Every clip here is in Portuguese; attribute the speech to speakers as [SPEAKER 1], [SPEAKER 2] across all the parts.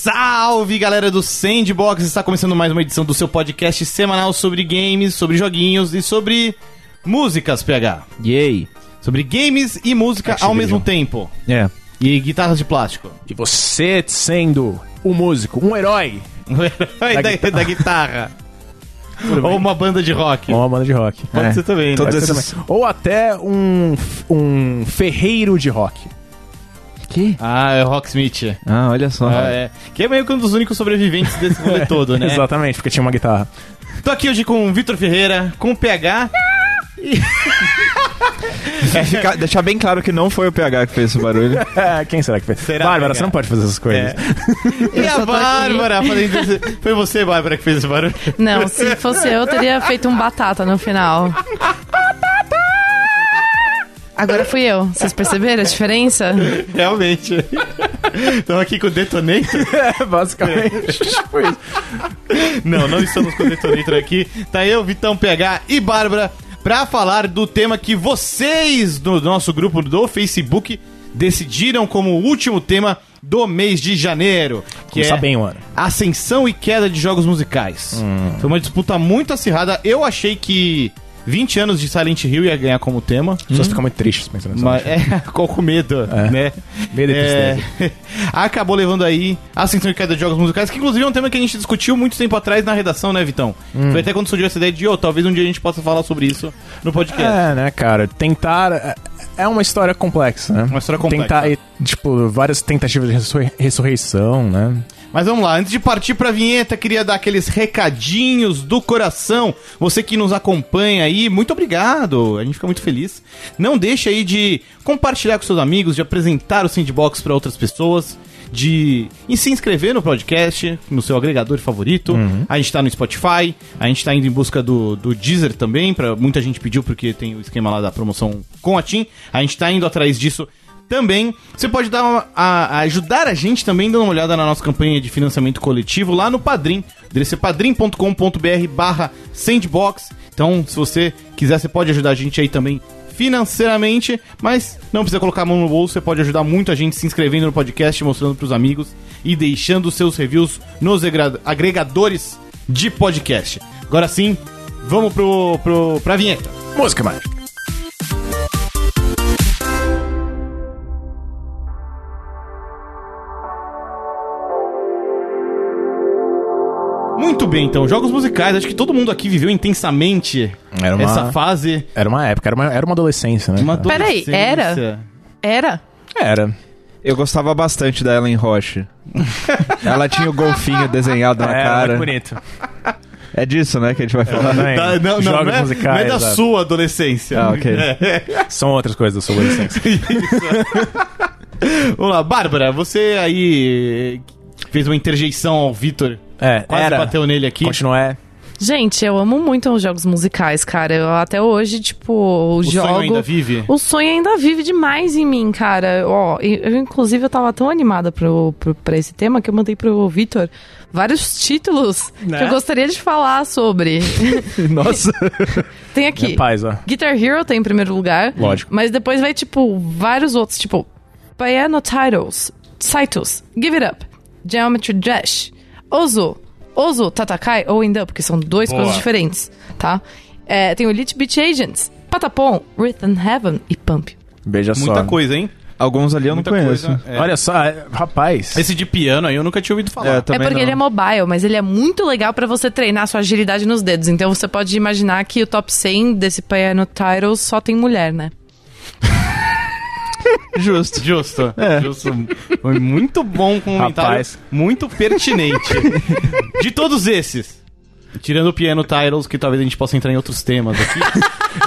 [SPEAKER 1] Salve galera do Sandbox! Está começando mais uma edição do seu podcast semanal sobre games, sobre joguinhos e sobre músicas, PH.
[SPEAKER 2] Yay.
[SPEAKER 1] Sobre games e música ao mesmo tempo.
[SPEAKER 2] É.
[SPEAKER 1] E guitarras de plástico.
[SPEAKER 2] E você sendo um músico, um herói.
[SPEAKER 1] O herói da, da, guitarra. Ou uma banda de rock.
[SPEAKER 2] Ou uma banda de rock.
[SPEAKER 1] Pode
[SPEAKER 2] É.
[SPEAKER 1] ser também. né?
[SPEAKER 2] Pode
[SPEAKER 3] Todas
[SPEAKER 2] ser
[SPEAKER 3] essas-
[SPEAKER 2] também. Ou até um, um ferreiro de rock.
[SPEAKER 4] Que?
[SPEAKER 1] Ah, é o Rocksmith.
[SPEAKER 4] Ah, olha só.
[SPEAKER 1] Ah, é. Que é meio que um dos únicos sobreviventes desse rolê todo, né?
[SPEAKER 2] Exatamente, porque tinha uma guitarra.
[SPEAKER 1] Tô aqui hoje com o Vitor Ferreira, com o PH.
[SPEAKER 3] É ficar- deixar bem claro que não foi o PH que fez esse barulho.
[SPEAKER 2] É, Quem será que fez?
[SPEAKER 1] Será, é?
[SPEAKER 2] Bárbara,
[SPEAKER 1] cara?
[SPEAKER 2] você não pode fazer essas coisas.
[SPEAKER 1] E a
[SPEAKER 4] só tô aqui.
[SPEAKER 1] Bárbara. fazendo esse- Foi você, Bárbara, que fez esse barulho.
[SPEAKER 5] Não, se fosse eu, eu teria feito um batata no final. Agora fui eu. Vocês perceberam a diferença?
[SPEAKER 1] Realmente. Estamos aqui com o Detonator.
[SPEAKER 2] É, basicamente. Tipo isso.
[SPEAKER 1] Não, não estamos com o Detonator aqui. Tá eu, Vitão PH e Bárbara pra falar do tema que vocês do nosso grupo do Facebook decidiram como o último tema do mês de janeiro, que
[SPEAKER 2] Começar
[SPEAKER 1] é
[SPEAKER 2] bem, mano.
[SPEAKER 1] ascensão e queda de jogos musicais.
[SPEAKER 2] Hum.
[SPEAKER 1] Foi uma disputa muito acirrada. Eu achei que 20 anos de Silent Hill ia ganhar como tema.
[SPEAKER 2] As pessoas ficam muito tristes pensando nisso.
[SPEAKER 1] Mas, é, ficou com medo, né?
[SPEAKER 2] Medo e
[SPEAKER 1] É, acabou levando aí a ascensão e queda de jogos musicais, que inclusive é um tema que a gente discutiu muito tempo atrás na redação, né, Vitão? Foi até quando surgiu essa ideia de, ô, talvez um dia a gente possa falar sobre isso no podcast.
[SPEAKER 2] É, né, cara? Tentar. é- É uma história complexa, né?
[SPEAKER 1] Uma história complexa.
[SPEAKER 2] Tentar, e, tipo, várias tentativas de ressur- ressurreição, né?
[SPEAKER 1] Mas vamos lá, antes de partir pra vinheta, queria dar aqueles recadinhos do coração. Você que nos acompanha aí, muito obrigado. A gente fica muito feliz. Não deixe aí de compartilhar com seus amigos, de apresentar o Sandbox pra outras pessoas, de e se inscrever no podcast, no seu agregador favorito. A gente tá no Spotify, a gente tá indo em busca do, do Deezer também, para muita gente pediu porque tem o esquema lá da promoção com a Tim. A gente tá indo atrás disso também. Você pode dar uma- a- a ajudar a gente também dando uma olhada na nossa campanha de financiamento coletivo lá no Padrim. O endereço é padrim.com.br barra sandbox. Então, se você quiser, você pode ajudar a gente aí também financeiramente, mas não precisa colocar a mão no bolso, você pode ajudar muito a gente se inscrevendo no podcast, mostrando pros amigos e deixando seus reviews nos agra- agregadores de podcast. Agora sim, vamos pro, pro, pra vinheta.
[SPEAKER 2] Música mágica.
[SPEAKER 1] Muito bem, então, jogos musicais. Acho que todo mundo aqui viveu intensamente
[SPEAKER 2] Era uma-
[SPEAKER 1] essa fase.
[SPEAKER 2] Era uma época, era uma, era uma adolescência, né?
[SPEAKER 1] Uma
[SPEAKER 2] cara?
[SPEAKER 5] Peraí,
[SPEAKER 1] adolescência.
[SPEAKER 5] era? Era?
[SPEAKER 2] Era.
[SPEAKER 3] Eu gostava bastante da Ellen Roche. Ela tinha o golfinho
[SPEAKER 1] Ah,
[SPEAKER 3] desenhado
[SPEAKER 5] É,
[SPEAKER 3] na cara.
[SPEAKER 2] bonito.
[SPEAKER 3] É disso, né, que a gente vai falar.
[SPEAKER 1] Da- não, não,
[SPEAKER 2] Jogos
[SPEAKER 1] não é,
[SPEAKER 2] musicais.
[SPEAKER 1] não é da
[SPEAKER 2] sabe?
[SPEAKER 1] sua adolescência. É.
[SPEAKER 3] Ah, ok.
[SPEAKER 2] São outras coisas da sua adolescência.
[SPEAKER 1] Vamos lá, Bárbara, você aí eh, fez uma interjeição ao Vitor.
[SPEAKER 2] É,
[SPEAKER 1] Quase
[SPEAKER 2] era.
[SPEAKER 1] bateu nele aqui.
[SPEAKER 2] Continua é.
[SPEAKER 5] Gente, eu amo muito os jogos musicais, cara. Eu, até hoje, tipo, o
[SPEAKER 1] O
[SPEAKER 5] jogo.
[SPEAKER 1] sonho ainda vive?
[SPEAKER 5] O sonho ainda vive demais em mim, cara. Ó, e- eu, inclusive, eu tava tão animada pro, pro, pra esse tema que eu mandei pro Vitor vários títulos
[SPEAKER 1] Né?
[SPEAKER 5] que eu gostaria de falar sobre.
[SPEAKER 3] Nossa.
[SPEAKER 5] Tem aqui.
[SPEAKER 2] Paz, ó.
[SPEAKER 5] Guitar Hero tem em primeiro lugar.
[SPEAKER 2] Lógico.
[SPEAKER 5] Mas depois vai, tipo, vários outros, tipo, Piano Titles, Titles, Give It Up, Geometry Dash, Ozu, Ozu, Tatakai ou End Up, que são duas coisas diferentes, tá? É, tem o Elite Beach Agents, Patapon, Rhythm Heaven e Pump.
[SPEAKER 2] Veja só.
[SPEAKER 1] Tipo, Muita coisa, hein?
[SPEAKER 3] Alguns ali eu
[SPEAKER 1] Muita
[SPEAKER 3] não conheço.
[SPEAKER 1] coisa. é.
[SPEAKER 2] Olha só, é, rapaz.
[SPEAKER 1] Esse de piano aí eu nunca tinha ouvido falar.
[SPEAKER 5] É porque ele é mobile, mas ele é muito legal pra você treinar sua agilidade nos dedos. Então você pode imaginar que o top 100 desse Piano Titles só tem mulher, né?
[SPEAKER 3] Justo.
[SPEAKER 1] Justo. Justo. Foi muito bom comentário.
[SPEAKER 2] Rapaz.
[SPEAKER 1] Muito pertinente. de todos esses. Tirando o piano titles, que talvez a gente possa entrar em outros temas aqui.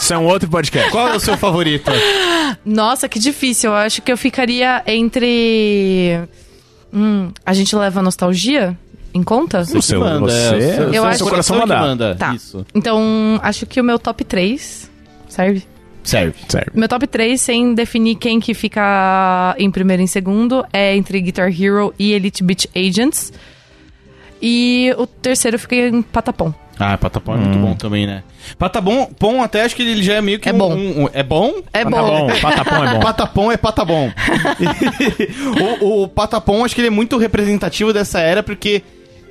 [SPEAKER 2] Isso é um outro podcast.
[SPEAKER 1] Qual é o seu favorito?
[SPEAKER 5] Nossa, que difícil. Eu acho que eu ficaria entre. Hum, a gente leva a nostalgia em conta?
[SPEAKER 2] O seu,
[SPEAKER 1] manda,
[SPEAKER 2] você,
[SPEAKER 1] é, o seu-
[SPEAKER 2] o
[SPEAKER 5] Eu
[SPEAKER 2] seu,
[SPEAKER 5] acho-
[SPEAKER 2] seu coração
[SPEAKER 1] que
[SPEAKER 2] mandar.
[SPEAKER 5] Tá.
[SPEAKER 1] Isso.
[SPEAKER 5] Então, acho que o meu top 3. Serve?
[SPEAKER 1] Serve.
[SPEAKER 2] Sério.
[SPEAKER 5] Meu top 3, sem definir quem que fica em primeiro e em segundo, é entre Guitar Hero e Elite Beat Agents. E o terceiro fica em Patapom.
[SPEAKER 1] Ah, Patapom é muito bom também, né? Patapom bom, até acho que ele já é meio que
[SPEAKER 5] É
[SPEAKER 1] um-
[SPEAKER 5] bom.
[SPEAKER 1] um- um- é bom?
[SPEAKER 5] É
[SPEAKER 2] Tá
[SPEAKER 5] bom.
[SPEAKER 2] bom, patapom é bom.
[SPEAKER 1] Patapom é patapom. o, o Patapom acho que ele é muito representativo dessa era porque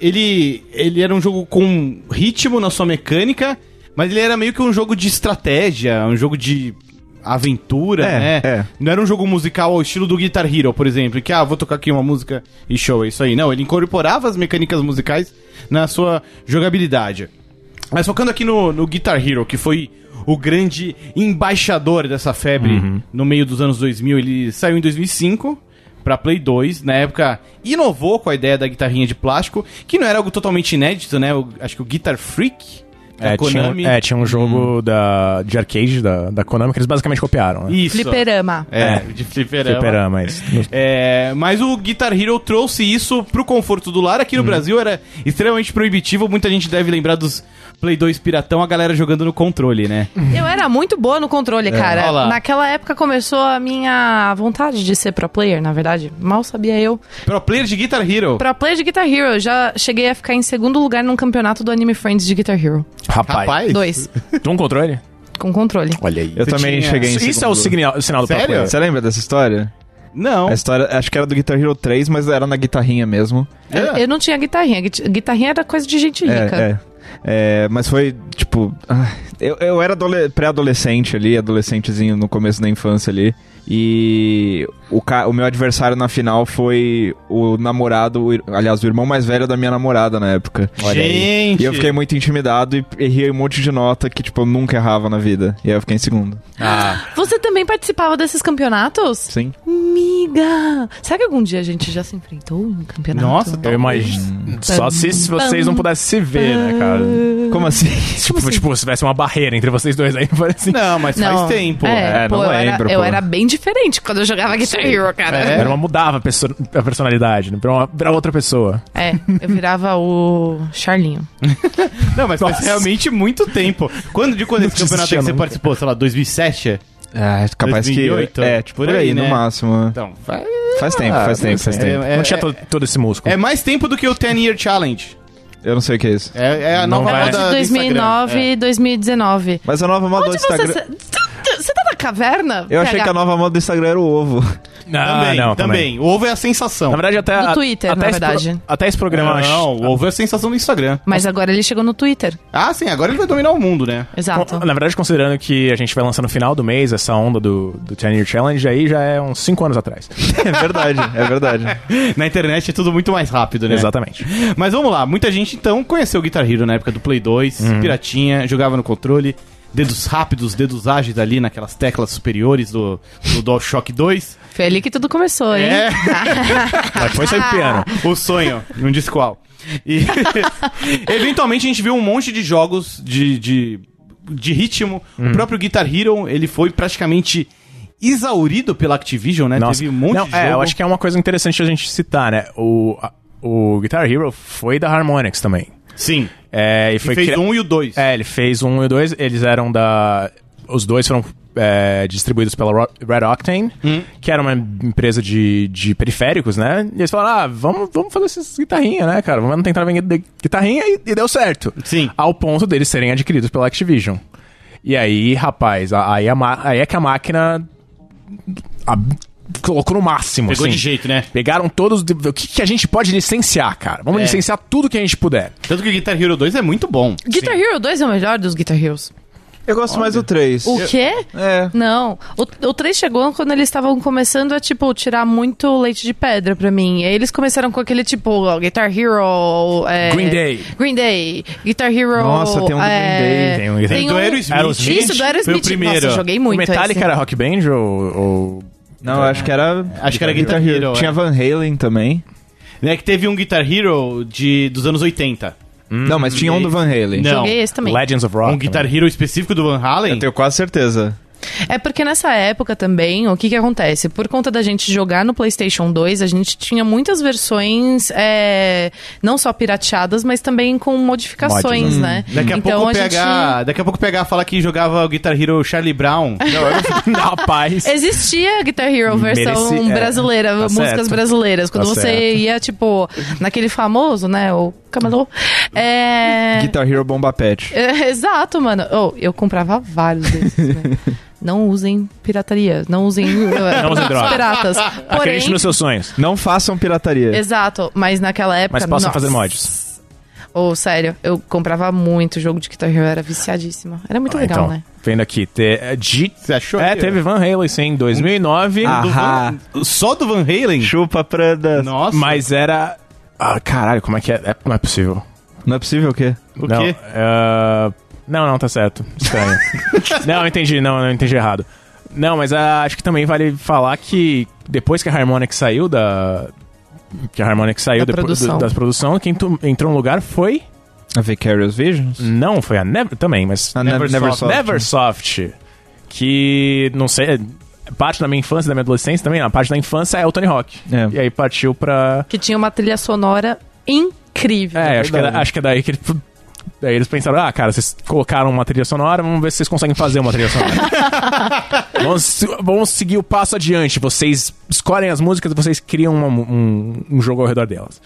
[SPEAKER 1] ele, ele era um jogo com ritmo na sua mecânica, mas ele era meio que um jogo de estratégia, um jogo de aventura,
[SPEAKER 3] É,
[SPEAKER 1] né?
[SPEAKER 3] é.
[SPEAKER 1] Não era um jogo musical ao estilo do Guitar Hero, por exemplo, que ah, vou tocar aqui uma música e show, é isso aí. Não, ele incorporava as mecânicas musicais na sua jogabilidade. Mas focando aqui no, no Guitar Hero, que foi o grande embaixador dessa febre
[SPEAKER 2] Uhum.
[SPEAKER 1] no meio dos anos 2000, ele saiu em 2005 pra Play 2, na época inovou com a ideia da guitarrinha de plástico, que não era algo totalmente inédito, né? O- acho que o Guitar Freak da
[SPEAKER 2] É, tinha, um- é, tinha um jogo
[SPEAKER 1] Hum.
[SPEAKER 2] da, de arcade da, da Konami que eles basicamente copiaram, né?
[SPEAKER 1] Isso.
[SPEAKER 5] Fliperama.
[SPEAKER 1] É, de fliperama.
[SPEAKER 2] Fliperama, isso.
[SPEAKER 1] É, mas o Guitar Hero trouxe isso pro conforto do lar. Aqui
[SPEAKER 2] Uhum.
[SPEAKER 1] no Brasil era extremamente proibitivo. Muita gente deve lembrar dos Play 2 piratão, a galera jogando no controle, né?
[SPEAKER 2] Uhum.
[SPEAKER 5] Eu era muito boa no controle,
[SPEAKER 1] É. olha lá.
[SPEAKER 5] cara. Naquela época começou a minha vontade de ser pro player, na verdade. Mal sabia eu.
[SPEAKER 1] Pro player de Guitar Hero.
[SPEAKER 5] Pro player de Guitar Hero, eu já cheguei a ficar em segundo lugar num campeonato do Anime Friends de Guitar Hero.
[SPEAKER 2] Rapaz,
[SPEAKER 3] É
[SPEAKER 5] Dois.
[SPEAKER 2] tu um controle?
[SPEAKER 5] Com controle.
[SPEAKER 2] Olha aí.
[SPEAKER 3] Eu também
[SPEAKER 1] tinha-
[SPEAKER 3] cheguei em
[SPEAKER 2] Isso, isso é
[SPEAKER 3] segundo.
[SPEAKER 2] o signal, o sinal do
[SPEAKER 1] Sério?
[SPEAKER 2] próprio.
[SPEAKER 3] Você lembra dessa história?
[SPEAKER 1] Não.
[SPEAKER 3] A história, acho que era do Guitar Hero 3, mas era na guitarrinha mesmo.
[SPEAKER 5] Eu-
[SPEAKER 1] É.
[SPEAKER 2] é.
[SPEAKER 5] Eu não tinha guitarrinha. Guit- Guitarrinha era coisa de gente rica.
[SPEAKER 3] É, é. É, mas foi, tipo. ah, Eu, eu era adole- pré-adolescente ali, adolescentezinho no começo da infância ali. E o, ca- o meu adversário na final foi o namorado, o ir- aliás, o irmão mais velho da minha namorada na época.
[SPEAKER 2] Olha aí.
[SPEAKER 1] Gente.
[SPEAKER 3] E eu fiquei muito intimidado e errei um monte de nota que, tipo, eu nunca errava na vida. E aí eu fiquei em segundo.
[SPEAKER 2] Ah.
[SPEAKER 5] Você também participava desses campeonatos?
[SPEAKER 3] Sim.
[SPEAKER 5] Miga! Será que algum dia a gente já se enfrentou em um campeonato?
[SPEAKER 1] Nossa,
[SPEAKER 2] Eu imagino. Só se se vocês não pudessem se ver, né, cara?
[SPEAKER 3] Como assim?
[SPEAKER 2] Tipo, tipo, se tivesse uma barreira entre vocês dois aí, assim. parece.
[SPEAKER 1] Não, mas
[SPEAKER 5] Não.
[SPEAKER 1] faz tempo.
[SPEAKER 5] É,
[SPEAKER 3] É,
[SPEAKER 5] pô,
[SPEAKER 3] não
[SPEAKER 5] eu,
[SPEAKER 3] lembro,
[SPEAKER 5] era,
[SPEAKER 3] pô. É?
[SPEAKER 5] eu era bem diferente quando eu jogava Guitar Hero,
[SPEAKER 1] É?
[SPEAKER 5] cara.
[SPEAKER 2] Era uma mudava a, perso- a personalidade, né? Pra, uma, pra outra pessoa.
[SPEAKER 5] É, eu virava o Charlinho.
[SPEAKER 1] Não, mas faz
[SPEAKER 2] Nossa.
[SPEAKER 1] realmente muito tempo. Quando de quando
[SPEAKER 2] Não
[SPEAKER 1] esse campeonato é que
[SPEAKER 2] desistia
[SPEAKER 1] você
[SPEAKER 2] nunca.
[SPEAKER 1] participou? Sei lá, 2007?
[SPEAKER 3] Ah, capaz
[SPEAKER 1] 2008?
[SPEAKER 3] que. É, tipo,
[SPEAKER 1] Por
[SPEAKER 3] por
[SPEAKER 1] aí,
[SPEAKER 3] aí,
[SPEAKER 1] né?
[SPEAKER 3] no máximo.
[SPEAKER 1] Então, faz,
[SPEAKER 3] Faz tempo, faz
[SPEAKER 1] não
[SPEAKER 3] tempo, faz
[SPEAKER 1] sei.
[SPEAKER 3] tempo.
[SPEAKER 1] É,
[SPEAKER 2] não tinha todo, todo esse músculo.
[SPEAKER 1] é mais tempo do que o 10 Year Challenge.
[SPEAKER 3] Eu não sei o que é isso.
[SPEAKER 1] É, é a
[SPEAKER 2] Não
[SPEAKER 1] nova
[SPEAKER 2] vai.
[SPEAKER 1] moda
[SPEAKER 5] De
[SPEAKER 1] do Instagram. É.
[SPEAKER 5] 2009 e 2019.
[SPEAKER 3] Mas a nova moda É. do
[SPEAKER 5] Onde
[SPEAKER 3] Instagram.
[SPEAKER 5] você... Você tá na caverna?
[SPEAKER 3] Eu achei
[SPEAKER 5] PH?
[SPEAKER 3] que a nova moda do Instagram era o ovo.
[SPEAKER 2] Ah, não,
[SPEAKER 1] Também, também. O ovo é a sensação.
[SPEAKER 2] Na verdade, até.
[SPEAKER 5] Do
[SPEAKER 2] a-
[SPEAKER 5] Twitter,
[SPEAKER 2] até
[SPEAKER 5] na
[SPEAKER 2] esse pro-
[SPEAKER 5] verdade.
[SPEAKER 2] até esse programa.
[SPEAKER 1] Não, o ovo é a sensação do Instagram.
[SPEAKER 5] Mas agora ele chegou no Twitter.
[SPEAKER 1] Ah, sim, agora ele vai dominar o mundo, né?
[SPEAKER 5] Exato.
[SPEAKER 2] Tá, Na verdade, considerando que a gente vai lançar no final do mês essa onda do, do 10 Year Challenge, aí já é uns 5 anos atrás.
[SPEAKER 3] É verdade, é verdade.
[SPEAKER 1] Na internet é tudo muito mais rápido, né?
[SPEAKER 2] Exatamente.
[SPEAKER 1] Mas vamos lá, muita gente então conheceu o Guitar Hero na época do Play 2, piratinha, jogava no controle, dedos rápidos, dedos ágeis ali naquelas teclas superiores do, do DualShock 2.
[SPEAKER 5] Foi ali que tudo começou, hein?
[SPEAKER 1] É.
[SPEAKER 2] Mas foi saiu piano.
[SPEAKER 1] O sonho, não disse qual. E eventualmente a gente viu um monte de jogos de, de, de ritmo. O próprio Guitar Hero, ele foi praticamente exaurido pela Activision, né?
[SPEAKER 2] Nossa.
[SPEAKER 1] Teve um monte
[SPEAKER 2] Não,
[SPEAKER 1] de
[SPEAKER 2] é,
[SPEAKER 1] jogo.
[SPEAKER 2] eu acho que é uma coisa interessante a gente citar, né? O, a- o Guitar Hero foi da Harmonix também.
[SPEAKER 1] Sim,
[SPEAKER 2] É, e
[SPEAKER 1] ele
[SPEAKER 2] foi
[SPEAKER 1] fez
[SPEAKER 2] cria-
[SPEAKER 1] um e o dois.
[SPEAKER 2] É, ele fez um e dois. Eles eram da. Os dois foram é, distribuídos pela Ro- Red Octane,
[SPEAKER 1] Hum.
[SPEAKER 2] que era uma empresa de, de periféricos, né? E eles falaram: ah, vamos, vamos fazer essas guitarrinhas, né, cara? Vamos tentar vender de- guitarrinha e, e deu certo.
[SPEAKER 1] Sim.
[SPEAKER 2] Ao ponto deles serem adquiridos pela Activision. E aí, rapaz, a- aí, a ma- aí é que a máquina. a- colocou no máximo.
[SPEAKER 1] Pegou
[SPEAKER 2] assim.
[SPEAKER 1] de jeito, né?
[SPEAKER 2] Pegaram todos. de- O que, que a gente pode licenciar, cara? Vamos
[SPEAKER 1] É.
[SPEAKER 2] licenciar tudo que a gente puder.
[SPEAKER 1] Tanto que o Guitar Hero 2 é muito bom.
[SPEAKER 5] Guitar Hero 2 é o melhor dos Guitar Heroes.
[SPEAKER 3] Eu gosto mais do 3.
[SPEAKER 5] O quê?
[SPEAKER 3] É.
[SPEAKER 5] Não. O, o 3 chegou quando eles estavam começando a, tipo, tirar muito leite de pedra pra mim. E aí eles começaram com aquele, tipo, ó, Guitar Hero... é,
[SPEAKER 2] Green Day.
[SPEAKER 5] Green Day. Guitar Hero...
[SPEAKER 3] Nossa, tem um do Green
[SPEAKER 5] é,
[SPEAKER 3] Day,
[SPEAKER 2] tem um Guitar
[SPEAKER 1] Tem do Aerosmith.
[SPEAKER 2] Aerosmith.
[SPEAKER 5] Isso, do Aerosmith.
[SPEAKER 1] Foi o primeiro.
[SPEAKER 5] Nossa, joguei muito
[SPEAKER 2] o Metallica
[SPEAKER 5] esse.
[SPEAKER 2] era rock band ou... ou-
[SPEAKER 3] Não, eu acho que era.
[SPEAKER 1] Acho que era Guitar Hero,
[SPEAKER 3] Tinha
[SPEAKER 1] é.
[SPEAKER 3] Van Halen também.
[SPEAKER 1] Né, que teve um Guitar Hero de, dos anos 80.
[SPEAKER 3] não, mas tinha um do Van Halen.
[SPEAKER 1] Não.
[SPEAKER 5] Joguei esse também.
[SPEAKER 2] Legends of Rock.
[SPEAKER 1] Um Guitar Hero específico do Van Halen.
[SPEAKER 3] Eu tenho quase certeza.
[SPEAKER 5] É porque nessa época também, o que que acontece? Por conta da gente jogar no PlayStation 2, a gente tinha muitas versões, é, não só pirateadas, mas também com modificações, né?
[SPEAKER 2] Hum.
[SPEAKER 1] Daqui a
[SPEAKER 5] então,
[SPEAKER 1] pouco
[SPEAKER 5] a
[SPEAKER 1] pegar, daqui a pouco pegar fala que jogava o Guitar Hero Charlie Brown.
[SPEAKER 2] Hero. Rapaz.
[SPEAKER 5] Gente... Existia Guitar Hero versão
[SPEAKER 2] Mereci- é,
[SPEAKER 5] brasileira,
[SPEAKER 2] tá
[SPEAKER 5] músicas
[SPEAKER 2] certo.
[SPEAKER 5] brasileiras. Quando
[SPEAKER 2] Tá
[SPEAKER 5] você
[SPEAKER 2] certo.
[SPEAKER 5] ia, tipo, naquele famoso, né? O Camelô. É...
[SPEAKER 3] Guitar Hero Bomba Pet.
[SPEAKER 5] É, Exato, mano. Oh, eu comprava vários desses, né? Não usem pirataria. Não usem, eh,
[SPEAKER 2] Não usem droga.
[SPEAKER 5] piratas. Porém,
[SPEAKER 2] Acredite nos seus sonhos.
[SPEAKER 3] Não façam pirataria.
[SPEAKER 5] exato, mas naquela época.
[SPEAKER 2] Mas possam
[SPEAKER 5] Tá, nossa.
[SPEAKER 2] fazer mods.
[SPEAKER 5] Ou, sério, eu comprava muito jogo de Guitar Hero, era viciadíssima. Era muito
[SPEAKER 2] Ah,
[SPEAKER 5] legal,
[SPEAKER 2] então,
[SPEAKER 5] né?
[SPEAKER 2] Vendo aqui, te, é, de-
[SPEAKER 1] Você achou?
[SPEAKER 2] é,
[SPEAKER 1] aí,
[SPEAKER 2] teve Van Halen, sim, em 2009.
[SPEAKER 5] Ah,
[SPEAKER 1] ó? Do
[SPEAKER 2] do-
[SPEAKER 1] Van- Só do Van Halen?
[SPEAKER 3] Chupa Prada. Não,
[SPEAKER 1] Nossa.
[SPEAKER 2] Mas era... Ah, caralho, como é que é? É- Não é possível.
[SPEAKER 3] é possível o quê?
[SPEAKER 1] O
[SPEAKER 2] não,
[SPEAKER 1] quê?
[SPEAKER 2] ah, não, não, tá certo. Estranho. não, eu entendi, não, eu entendi errado. Não, mas ah, acho que também vale falar que depois que a Harmonix saiu da. Que a Harmonix saiu
[SPEAKER 5] Da
[SPEAKER 2] depois
[SPEAKER 5] produção.
[SPEAKER 2] do- das produção, quem tu- entrou no lugar foi.
[SPEAKER 3] A Vicarious Visions? Ah,
[SPEAKER 2] Não, foi a Never também, mas.
[SPEAKER 3] A Ne- Neversoft.
[SPEAKER 2] Neversoft. Que, não sei, é, parte da minha infância, da minha adolescência também, a parte da infância é o Tony Hawk.
[SPEAKER 3] É.
[SPEAKER 2] E aí partiu pra.
[SPEAKER 5] Que tinha uma trilha sonora incrível.
[SPEAKER 2] É, acho que, era- acho que é daí que ele. Daí eles pensaram, ah, cara, vocês colocaram uma trilha sonora, vamos ver se vocês conseguem fazer uma trilha sonora. vamos, vamos seguir o passo adiante. Vocês escolhem as músicas e vocês criam uma mu- um, um jogo ao redor delas.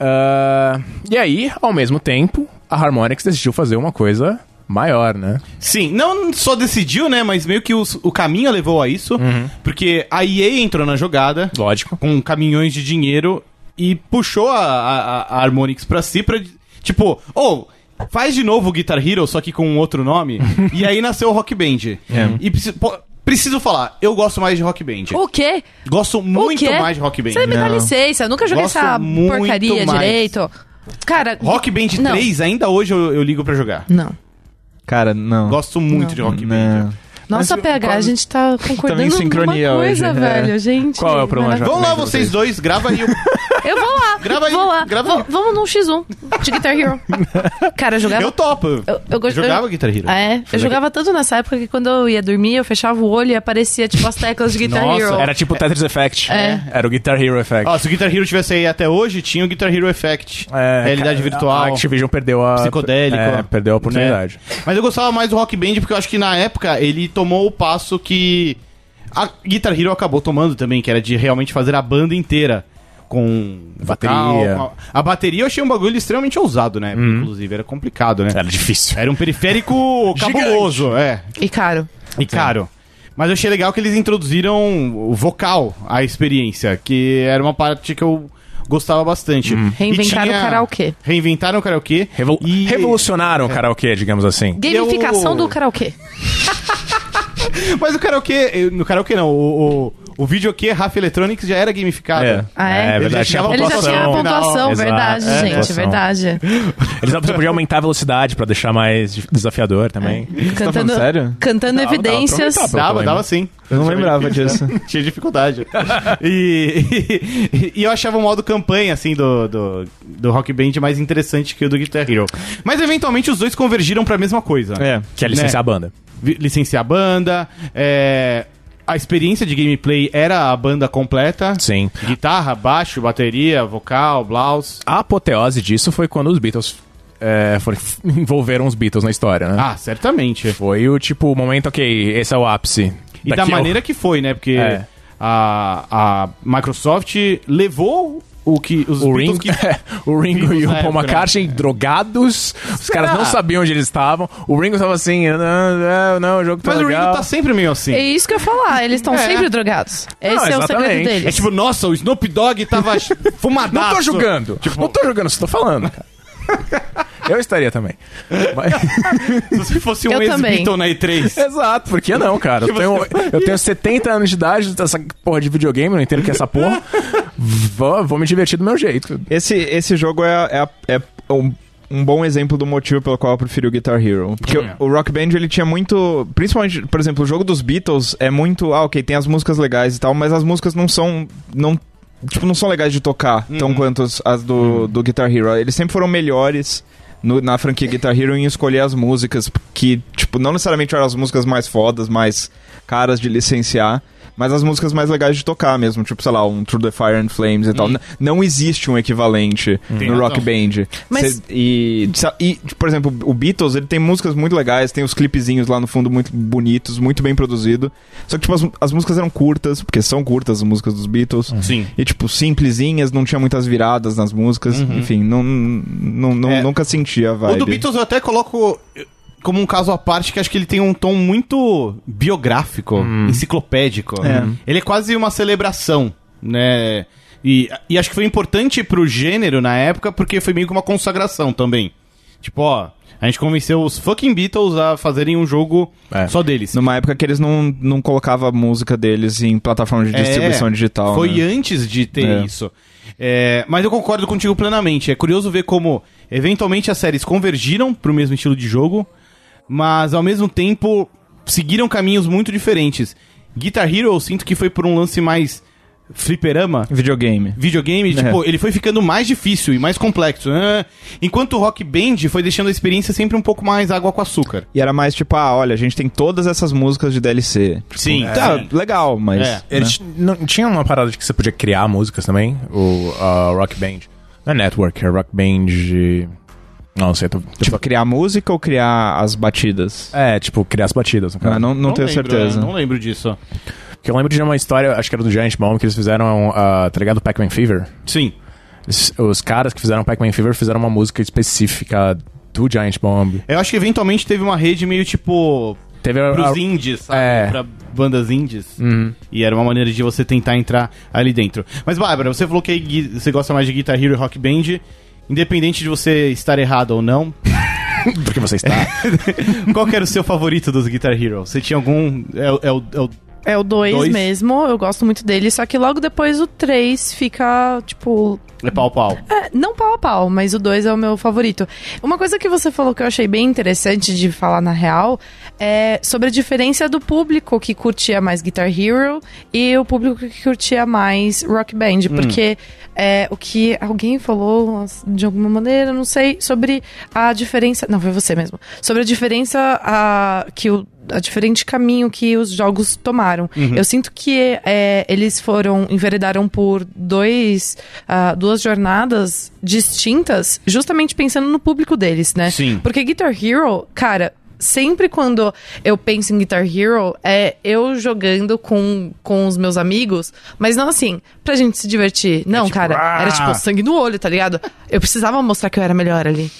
[SPEAKER 2] Ah, e aí, ao mesmo tempo, a Harmonix decidiu fazer uma coisa maior, né?
[SPEAKER 1] Sim, não só decidiu, né? Mas meio que os- o caminho a levou a isso. Porque a EA entrou na jogada
[SPEAKER 2] Lógico.
[SPEAKER 1] com caminhões de dinheiro e puxou a, a, a Harmonix pra si pra. Tipo, ou faz de novo o Guitar Hero, só que com um outro nome. e aí nasceu o Rock Band. E preci- pô, preciso falar, eu gosto mais de Rock Band.
[SPEAKER 5] O quê?
[SPEAKER 1] Gosto muito
[SPEAKER 5] quê?
[SPEAKER 1] mais de Rock Band.
[SPEAKER 5] Você me dá
[SPEAKER 3] Não.
[SPEAKER 5] licença, eu nunca joguei
[SPEAKER 1] Gosto
[SPEAKER 5] essa
[SPEAKER 1] muito
[SPEAKER 5] porcaria
[SPEAKER 1] mais.
[SPEAKER 5] direito. Cara.
[SPEAKER 1] Rock Band
[SPEAKER 5] não.
[SPEAKER 1] 3, ainda hoje eu, eu ligo pra jogar.
[SPEAKER 5] Não.
[SPEAKER 3] Cara, não.
[SPEAKER 1] Gosto muito
[SPEAKER 5] Não.
[SPEAKER 1] de Rock Band.
[SPEAKER 3] Não.
[SPEAKER 5] Nossa,
[SPEAKER 2] Mas,
[SPEAKER 5] PH, a
[SPEAKER 2] qual-
[SPEAKER 5] gente tá concordando
[SPEAKER 3] em
[SPEAKER 5] numa
[SPEAKER 3] sincronia
[SPEAKER 5] coisa,
[SPEAKER 3] hoje, é.
[SPEAKER 5] velho. Gente.
[SPEAKER 2] né? Qual é o problema,
[SPEAKER 5] maravilhoso.
[SPEAKER 1] Vão lá
[SPEAKER 2] Recomendo
[SPEAKER 1] vocês
[SPEAKER 2] vocês.
[SPEAKER 1] dois, grava aí o
[SPEAKER 5] Eu vou lá.
[SPEAKER 1] Grava aí,
[SPEAKER 5] Vou lá.
[SPEAKER 1] grava
[SPEAKER 5] Vou-
[SPEAKER 1] aí.
[SPEAKER 5] Vamos no X1 de Guitar Hero. Cara, eu jogava.
[SPEAKER 1] Eu topo.
[SPEAKER 5] Eu- eu gosto-
[SPEAKER 1] jogava Guitar Hero.
[SPEAKER 5] É, eu jogava tanto nessa época que quando eu ia dormir, eu fechava o olho e aparecia, tipo, as teclas de Guitar
[SPEAKER 2] Nossa,
[SPEAKER 5] Hero.
[SPEAKER 2] era tipo o Tetris Effect.
[SPEAKER 5] É.
[SPEAKER 2] Era o Guitar Hero Effect.
[SPEAKER 1] Ó, se o Guitar Hero tivesse aí até hoje, tinha o Guitar Hero Effect.
[SPEAKER 2] É,
[SPEAKER 1] realidade
[SPEAKER 2] a-
[SPEAKER 1] virtual. tipo,
[SPEAKER 2] A Activision perdeu a.
[SPEAKER 1] Psicodélico. Né?
[SPEAKER 2] é, perdeu a oportunidade.
[SPEAKER 1] Mas eu gostava mais do Rock Band porque eu acho que na época ele tomou o passo que a Guitar Hero acabou tomando também, que era de realmente fazer a banda inteira. Com
[SPEAKER 2] Bateria.
[SPEAKER 1] vocal, com a, a bateria eu achei um bagulho extremamente ousado, né?
[SPEAKER 2] Uhum.
[SPEAKER 1] Inclusive, era complicado, né?
[SPEAKER 2] Era difícil.
[SPEAKER 1] Era um periférico
[SPEAKER 2] É. Gigante.
[SPEAKER 1] cabuloso, é.
[SPEAKER 5] E caro.
[SPEAKER 1] E caro. Mas eu achei legal que eles introduziram o vocal à experiência, que era uma parte que eu gostava bastante. E
[SPEAKER 5] Reinventaram
[SPEAKER 1] tinha-
[SPEAKER 5] o karaokê.
[SPEAKER 1] Reinventaram o karaokê.
[SPEAKER 2] Revol-
[SPEAKER 1] E-
[SPEAKER 2] Revolucionaram o karaokê, digamos assim.
[SPEAKER 5] Gamificação
[SPEAKER 1] Eu-
[SPEAKER 5] do karaokê.
[SPEAKER 1] Mas o karaokê. eu- No karaokê não, o, o, o videokê Rafa Electronics já era gamificado.
[SPEAKER 5] Ah, é?
[SPEAKER 1] Ele já
[SPEAKER 2] verdade.
[SPEAKER 1] tinha
[SPEAKER 2] tinha
[SPEAKER 5] Ele já tinha a
[SPEAKER 1] Pontuação.
[SPEAKER 5] pontuação,
[SPEAKER 2] Exato.
[SPEAKER 5] verdade,
[SPEAKER 2] É,
[SPEAKER 5] gente,
[SPEAKER 2] pontuação.
[SPEAKER 5] verdade.
[SPEAKER 2] Eles você podia aumentar a velocidade pra deixar mais desafiador também.
[SPEAKER 1] É.
[SPEAKER 3] Tá falando sério?
[SPEAKER 5] cantando
[SPEAKER 2] Dava, dava pra
[SPEAKER 5] evidências.
[SPEAKER 2] aumentar, pô.
[SPEAKER 1] Dava,
[SPEAKER 2] Eu
[SPEAKER 1] dava sim.
[SPEAKER 3] Eu não lembrava disso.
[SPEAKER 1] Tinha dificuldade. e, e- e eu achava o modo campanha, assim, do, do, do Rock Band mais interessante que o do Guitar Hero. Mas eventualmente os dois convergiram pra mesma coisa.
[SPEAKER 3] É.
[SPEAKER 2] Que é licenciar a banda.
[SPEAKER 1] vi- licenciar a banda, é, a experiência de gameplay era a banda completa.
[SPEAKER 2] Sim.
[SPEAKER 1] Guitarra, baixo, bateria, vocal, blouse.
[SPEAKER 2] A apoteose disso foi quando os Beatles é, foram- envolveram os Beatles na história, né?
[SPEAKER 1] Ah, certamente.
[SPEAKER 2] Foi o tipo, o momento, ok, esse é o ápice.
[SPEAKER 1] E da
[SPEAKER 2] Daqui ao-
[SPEAKER 1] maneira que foi, né? Porque
[SPEAKER 2] É.
[SPEAKER 1] a, a Microsoft levou o que os
[SPEAKER 2] O
[SPEAKER 1] Beatles
[SPEAKER 2] Ringo, é,
[SPEAKER 1] que-
[SPEAKER 2] o Ringo e
[SPEAKER 1] Beatles
[SPEAKER 2] o
[SPEAKER 1] na
[SPEAKER 2] Paul
[SPEAKER 1] época, né? Ah.
[SPEAKER 2] McCartney drogados. Os caras não sabiam onde eles estavam. O Ringo tava assim, não, não, não, o jogo tá
[SPEAKER 1] Mas o
[SPEAKER 2] legal.
[SPEAKER 1] Ringo tá sempre meio assim.
[SPEAKER 5] É isso que eu ia falar, eles estão
[SPEAKER 1] É.
[SPEAKER 5] sempre drogados. Esse é o segredo
[SPEAKER 2] exatamente.
[SPEAKER 5] deles.
[SPEAKER 1] É tipo, nossa, o Snoop Dogg tava fumadaço. Tipo,
[SPEAKER 2] Não tô julgando. Não tô julgando, só tô falando, cara. Eu estaria também. Mas-
[SPEAKER 1] Se fosse um
[SPEAKER 5] Eu também.
[SPEAKER 1] ex-Beatle na E3.
[SPEAKER 2] Exato, por que não, cara? Eu tenho, eu tenho 70 anos de idade, essa porra de videogame, eu não entendo o que é essa porra. Vou, vou me divertir do meu jeito.
[SPEAKER 3] Esse, esse jogo é, é, é um, um bom exemplo do motivo pelo qual eu preferi o Guitar Hero. Porque
[SPEAKER 1] Hum.
[SPEAKER 3] o, o Rock Band, ele tinha muito... Principalmente, por exemplo, o jogo dos Beatles é muito... Ah, ok, tem as músicas legais e tal, mas as músicas não são... Não, tipo, não são legais de tocar
[SPEAKER 1] Uhum.
[SPEAKER 3] tão quanto as, as do, do Guitar Hero. Eles sempre foram melhores... no- na franquia Guitar Hero em escolher as músicas que, tipo, não necessariamente eram as músicas mais fodas, mais caras de licenciar, mas as músicas mais legais de tocar mesmo, tipo, sei lá, um Through the Fire and Flames e tal. N- Não existe um equivalente
[SPEAKER 1] Uhum. Tem
[SPEAKER 3] no Rock
[SPEAKER 1] razão.
[SPEAKER 3] Band.
[SPEAKER 5] Mas-
[SPEAKER 3] Cê- e, e, por exemplo, o Beatles, ele tem músicas muito legais, tem os clipezinhos lá no fundo muito bonitos, muito bem produzido. Só que, tipo, as, as músicas eram curtas, porque são curtas as músicas dos Beatles.
[SPEAKER 1] Sim.
[SPEAKER 3] E, tipo, simplesinhas, não tinha muitas viradas nas músicas. Enfim, não, não, não-
[SPEAKER 1] Uhum. É.
[SPEAKER 3] nunca sentia a vibe.
[SPEAKER 1] O do Beatles eu até coloco eh, como um caso à parte, que acho que ele tem um tom muito biográfico, enciclopédico.
[SPEAKER 3] É.
[SPEAKER 1] Ele é quase uma celebração, né? E, e acho que foi importante pro gênero na época, porque foi meio que uma consagração também. Tipo, ó, a gente convenceu os fucking Beatles a fazerem um jogo
[SPEAKER 2] É.
[SPEAKER 1] só deles.
[SPEAKER 3] Numa época que eles não, não colocavam a música deles em plataforma de
[SPEAKER 1] É,
[SPEAKER 3] distribuição digital.
[SPEAKER 1] Foi
[SPEAKER 3] né?
[SPEAKER 1] antes de ter
[SPEAKER 3] É.
[SPEAKER 1] isso. É, mas eu concordo contigo plenamente. É curioso ver como, eventualmente, as séries convergiram pro mesmo estilo de jogo, mas ao mesmo tempo seguiram caminhos muito diferentes. Guitar Hero, eu sinto que foi por um lance mais fliperama.
[SPEAKER 3] videogame. É.
[SPEAKER 1] Videogame, tipo, ele foi ficando mais difícil e mais complexo. né? Enquanto o Rock Band foi deixando a experiência sempre um pouco mais água com açúcar.
[SPEAKER 3] E era mais tipo, ah, olha, a gente tem todas essas músicas de DLC. Tipo,
[SPEAKER 1] Sim,
[SPEAKER 3] Tá,
[SPEAKER 1] sim.
[SPEAKER 3] legal, mas. Tipo,
[SPEAKER 1] É.
[SPEAKER 2] Ele ti- não, tinha uma parada de que você podia criar músicas também, o a Rock Band. Não é Network, é Rock Band. de- Não sei, tô, tô-
[SPEAKER 3] Tipo, criar música ou criar as batidas?
[SPEAKER 2] É, tipo, criar as batidas. no caso.
[SPEAKER 3] Ah, não, não, tenho
[SPEAKER 1] lembro,
[SPEAKER 3] certeza.
[SPEAKER 1] né? É. Não lembro disso.
[SPEAKER 2] Porque eu lembro de uma história, acho que era do Giant Bomb, que eles fizeram, ah, tá ligado? Pac-Man Fever.
[SPEAKER 1] Sim.
[SPEAKER 2] Os, os caras que fizeram Pac-Man Fever fizeram uma música específica do Giant Bomb.
[SPEAKER 1] Eu acho que eventualmente teve uma rede meio tipo
[SPEAKER 2] Teve a,
[SPEAKER 1] pros
[SPEAKER 2] a-
[SPEAKER 1] indies, sabe?
[SPEAKER 2] É.
[SPEAKER 1] Pra bandas indies. E era uma maneira de você tentar entrar ali dentro. Mas, Bárbara, você falou que gui- você gosta mais de Guitar Hero e Rock Band. Independente de você estar errado ou não,
[SPEAKER 2] Porque você está.
[SPEAKER 1] qual que era o seu favorito dos Guitar Hero? Você tinha algum. É, o- é o- é o-
[SPEAKER 5] É o 2
[SPEAKER 1] Dois.
[SPEAKER 5] mesmo, eu gosto muito dele, só que logo depois o 3 fica, tipo,
[SPEAKER 1] é pau pau.
[SPEAKER 5] É, não pau a pau, mas o 2 é o meu favorito. Uma coisa que você falou que eu achei bem interessante de falar na real é sobre a diferença do público que curtia mais Guitar Hero e o público que curtia mais Rock Band. Porque é, o que alguém falou de alguma maneira, não sei, sobre a diferença. Não, foi você mesmo. Sobre a diferença a, que o a diferente caminho que os jogos tomaram. Eu sinto que é, eles foram enveredaram por dois, ah, duas jornadas distintas, justamente pensando no público deles, né?
[SPEAKER 1] Sim.
[SPEAKER 5] Porque Guitar Hero, cara, sempre quando eu penso em Guitar Hero, é eu jogando com, com os meus amigos, mas não assim, pra gente se divertir. Não, cara, era tipo sangue no olho, tá ligado? Eu precisava mostrar que eu era melhor ali.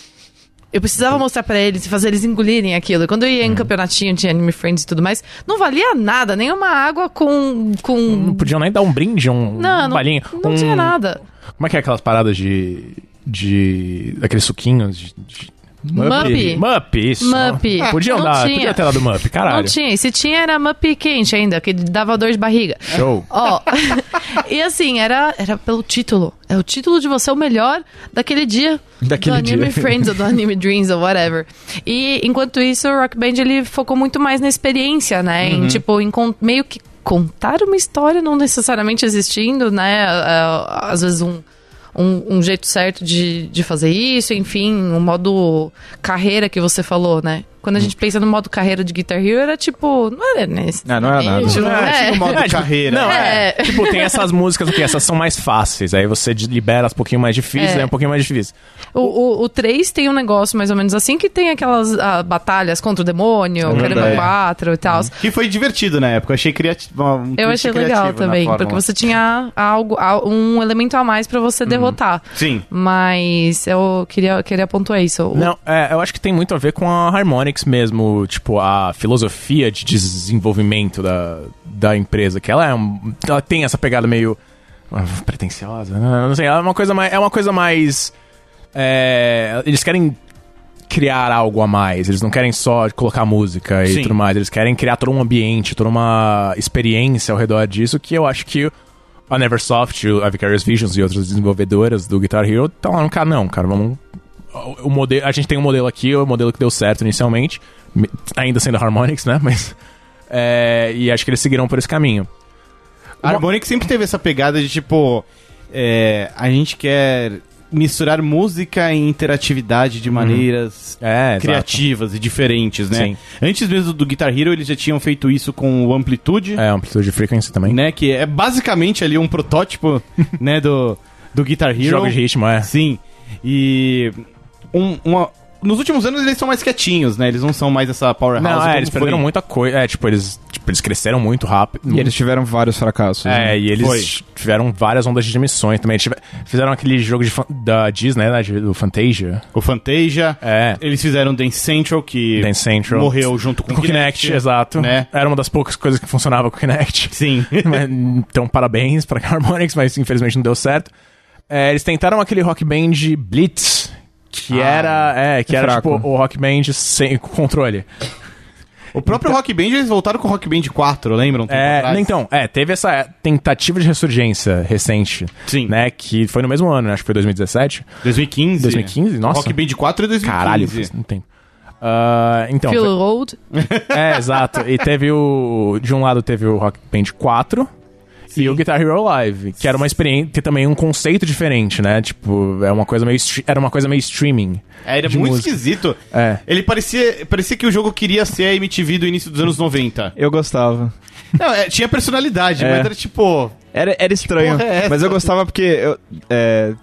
[SPEAKER 5] Eu precisava
[SPEAKER 2] Então-
[SPEAKER 5] mostrar pra eles e fazer eles engolirem aquilo. E quando eu ia
[SPEAKER 2] Uhum.
[SPEAKER 5] em campeonatinho de Anime Friends e tudo mais, não valia nada, nem uma água com. com...
[SPEAKER 2] Não podiam nem dar um brinde, um
[SPEAKER 5] Não,
[SPEAKER 2] um
[SPEAKER 5] não,
[SPEAKER 2] balinho.
[SPEAKER 5] não
[SPEAKER 2] um,
[SPEAKER 5] tinha nada.
[SPEAKER 2] Como é que é aquelas paradas de. de. daqueles suquinhos de. de
[SPEAKER 5] Mup.
[SPEAKER 2] Mup, isso.
[SPEAKER 5] Mup.
[SPEAKER 2] Não, Podiam
[SPEAKER 5] Ah, Não
[SPEAKER 2] dar,
[SPEAKER 5] tinha.
[SPEAKER 2] podia ter dado Mup,
[SPEAKER 5] Não
[SPEAKER 2] caralho.
[SPEAKER 5] tinha. E se tinha, era mup quente ainda, que dava dor de barriga.
[SPEAKER 2] Show.
[SPEAKER 5] Ó, e assim, era, era pelo título. É o título de você o melhor daquele dia.
[SPEAKER 3] Daquele
[SPEAKER 5] do
[SPEAKER 3] dia.
[SPEAKER 5] Anime Friends ou do Anime Dreams ou whatever. E enquanto isso, o Rock Band ele focou muito mais na experiência, né?
[SPEAKER 3] Uhum.
[SPEAKER 5] Em tipo, em con- meio que contar uma história, não necessariamente existindo, né? Ah, Às vezes um. Um, um jeito certo de, de fazer isso, enfim, o modo carreira que você falou, né? Quando
[SPEAKER 3] Uhum.
[SPEAKER 5] a gente pensa no modo carreira de Guitar Hero, era tipo, não era nesse.
[SPEAKER 3] Ah, não era nada.
[SPEAKER 5] Tipo,
[SPEAKER 1] Não é, tipo modo carreira.
[SPEAKER 2] Não, é.
[SPEAKER 5] É.
[SPEAKER 2] Tipo, tem essas músicas que essas são mais fáceis. Aí você de- libera as um pouquinho mais difíceis,
[SPEAKER 5] É.
[SPEAKER 2] aí é um pouquinho mais difícil.
[SPEAKER 5] O, o, 3 tem um negócio mais ou menos assim, que tem aquelas ah, batalhas contra o demônio,
[SPEAKER 3] verdade.
[SPEAKER 5] Caramba 4 e tal.
[SPEAKER 1] Que foi divertido na época. Achei criativo. Um
[SPEAKER 5] Eu
[SPEAKER 1] twist
[SPEAKER 5] achei
[SPEAKER 1] criativo
[SPEAKER 5] legal
[SPEAKER 1] na
[SPEAKER 5] também,
[SPEAKER 1] fórmula.
[SPEAKER 5] porque você tinha algo, al- um elemento a mais pra você derrotar.
[SPEAKER 1] Sim.
[SPEAKER 5] Mas eu queria, queria pontuar isso. O-
[SPEAKER 2] Não, é, eu acho que tem muito a ver com a Harmonix mesmo, tipo, a filosofia de desenvolvimento da, da empresa, que ela é um, ela tem essa pegada meio ah, pretensiosa, né? não sei, ela é uma coisa mais, é uma coisa mais é, eles querem criar algo a mais, eles não querem só colocar música e
[SPEAKER 1] Sim.
[SPEAKER 2] tudo mais, eles querem criar todo um ambiente, toda uma experiência ao redor disso, que eu acho que a Neversoft, a Vicarious Visions e outras desenvolvedoras do Guitar Hero estão lá no cara, não, cara, vamos o- o modelo, a gente tem um modelo aqui, o modelo que deu certo inicialmente, me- ainda sendo Harmonix, né? Mas é, e acho que eles seguirão por esse caminho.
[SPEAKER 1] A Harmonix sempre teve essa pegada de tipo. é, a gente quer misturar música e interatividade de maneiras
[SPEAKER 2] É, Uhum. exato.
[SPEAKER 1] criativas e diferentes, né?
[SPEAKER 2] Sim.
[SPEAKER 1] Antes mesmo do Guitar Hero, eles já tinham feito isso com o Amplitude,
[SPEAKER 2] É, amplitude de frequência também.
[SPEAKER 1] né? Que é basicamente ali um protótipo, né, do, do Guitar Hero.
[SPEAKER 2] Jogos de ritmo, é.
[SPEAKER 1] Sim. E. um- uma- Nos últimos anos eles são mais quietinhos, né? Eles não são mais essa powerhouse.
[SPEAKER 2] Não,
[SPEAKER 1] como
[SPEAKER 2] é, eles
[SPEAKER 1] foi.
[SPEAKER 2] perderam muita coisa. É, tipo, eles, tipo, eles cresceram muito rápido.
[SPEAKER 3] E eles tiveram vários fracassos. né?
[SPEAKER 2] É, e eles
[SPEAKER 1] Foi.
[SPEAKER 2] tiveram várias ondas de emissões também. Eles tiver- Fizeram aquele jogo de fan- da Disney, né? de- Do Fantasia.
[SPEAKER 1] O Fantasia.
[SPEAKER 2] É.
[SPEAKER 1] Eles fizeram Dance Central, que
[SPEAKER 2] Dance Central.
[SPEAKER 1] morreu junto com,
[SPEAKER 2] Com o Kinect, exato.
[SPEAKER 1] né?
[SPEAKER 2] Era uma das poucas coisas que funcionava com o Kinect.
[SPEAKER 1] Sim.
[SPEAKER 2] Mas, então, parabéns pra Harmonix, mas infelizmente não deu certo. É, eles tentaram aquele rock band Blitz, que era, é, que
[SPEAKER 3] é
[SPEAKER 2] era
[SPEAKER 3] fraco.
[SPEAKER 2] tipo o rock band sem com controle.
[SPEAKER 1] o
[SPEAKER 2] Então-
[SPEAKER 1] próprio Rock Band, eles voltaram com o Rock Band 4, lembram? Um tempo
[SPEAKER 2] É,
[SPEAKER 1] atrás?
[SPEAKER 2] então, é, teve essa tentativa de ressurgência recente,
[SPEAKER 1] Sim.
[SPEAKER 2] né, que foi no mesmo ano, né, acho que foi 2017,
[SPEAKER 1] 2015.
[SPEAKER 2] 2015, nossa.
[SPEAKER 1] Rock Band 4 e 2015.
[SPEAKER 2] Caralho, faz um tempo. Ah, então,
[SPEAKER 5] Feel old.
[SPEAKER 2] é, exato. E teve o. De um lado teve o Rock Band 4 e o Guitar Hero Live, que era uma experiência. que também é um conceito diferente, né? Tipo, é uma coisa meio stre- era uma coisa meio streaming.
[SPEAKER 1] É, Era
[SPEAKER 2] de
[SPEAKER 1] muito
[SPEAKER 2] música.
[SPEAKER 1] esquisito.
[SPEAKER 2] É.
[SPEAKER 1] Ele parecia, parecia que o jogo queria ser a MTV do início dos anos 90.
[SPEAKER 3] Eu gostava.
[SPEAKER 1] Não, é, tinha personalidade,
[SPEAKER 3] É.
[SPEAKER 1] mas era tipo...
[SPEAKER 3] Era, era estranho,
[SPEAKER 1] porra é essa?
[SPEAKER 3] mas eu gostava porque eu, é,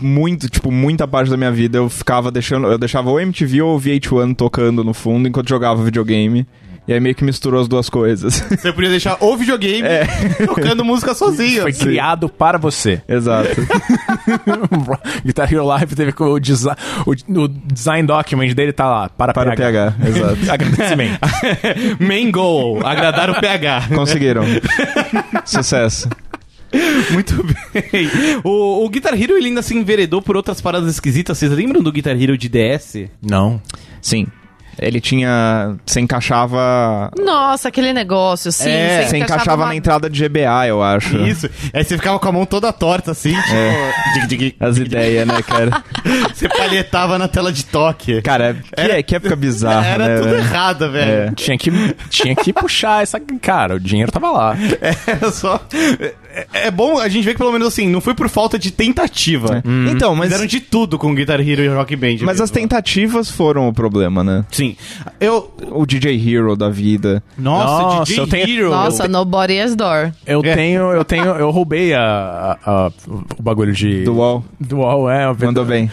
[SPEAKER 3] muito, tipo, muita parte da minha vida eu ficava deixando, eu deixava ou MTV ou VH1 tocando no fundo enquanto jogava videogame. E aí meio que misturou as duas coisas.
[SPEAKER 1] Você podia deixar o videogame tocando música sozinho.
[SPEAKER 2] É. Foi criado para você.
[SPEAKER 3] Exato.
[SPEAKER 2] Guitar Hero Live teve com o, desi o, o design document dele tá lá, para,
[SPEAKER 3] Para o PH, exato.
[SPEAKER 2] Agradecimento.
[SPEAKER 1] Main goal, agradar o PH.
[SPEAKER 3] Conseguiram. Sucesso.
[SPEAKER 1] Muito bem. O, o Guitar Hero ele ainda se enveredou por outras paradas esquisitas. Vocês lembram do Guitar Hero de DS?
[SPEAKER 2] Não.
[SPEAKER 3] Sim. Ele tinha. Se encaixava.
[SPEAKER 5] Nossa, aquele negócio, sim.
[SPEAKER 1] É,
[SPEAKER 5] você
[SPEAKER 3] se encaixava
[SPEAKER 5] uma-
[SPEAKER 3] na entrada de GBA, eu acho.
[SPEAKER 2] É.
[SPEAKER 3] É.
[SPEAKER 1] Isso. Aí você ficava com a mão toda torta, assim, tipo. dig, dig,
[SPEAKER 3] As ideias, né, cara?
[SPEAKER 1] você palhetava na tela de toque.
[SPEAKER 3] Cara, que, é, que época bizarra,
[SPEAKER 1] Era
[SPEAKER 3] né?
[SPEAKER 1] tudo
[SPEAKER 3] velho?
[SPEAKER 1] errado, velho.
[SPEAKER 3] É.
[SPEAKER 2] Tinha que, tinha que puxar essa. Cara, o dinheiro tava lá.
[SPEAKER 1] Era só. É, é bom a gente ver que pelo menos assim, não foi por falta de tentativa.
[SPEAKER 3] Então, mas.
[SPEAKER 1] Fizeram de tudo com Guitar Hero e Rock Band.
[SPEAKER 3] Mas
[SPEAKER 1] mesmo.
[SPEAKER 3] as tentativas foram o problema, né?
[SPEAKER 1] Sim. Eu.
[SPEAKER 3] O DJ Hero da vida.
[SPEAKER 1] Nossa,
[SPEAKER 2] Nossa,
[SPEAKER 1] DJ
[SPEAKER 2] eu tenho-
[SPEAKER 1] Hero.
[SPEAKER 5] Nossa, Nobody Has Door.
[SPEAKER 2] Eu
[SPEAKER 1] É.
[SPEAKER 2] tenho, eu tenho, eu roubei a, a- a- o bagulho de.
[SPEAKER 3] Do UOL.
[SPEAKER 2] Do UOL, é. eu vendo-
[SPEAKER 3] Mandou bem.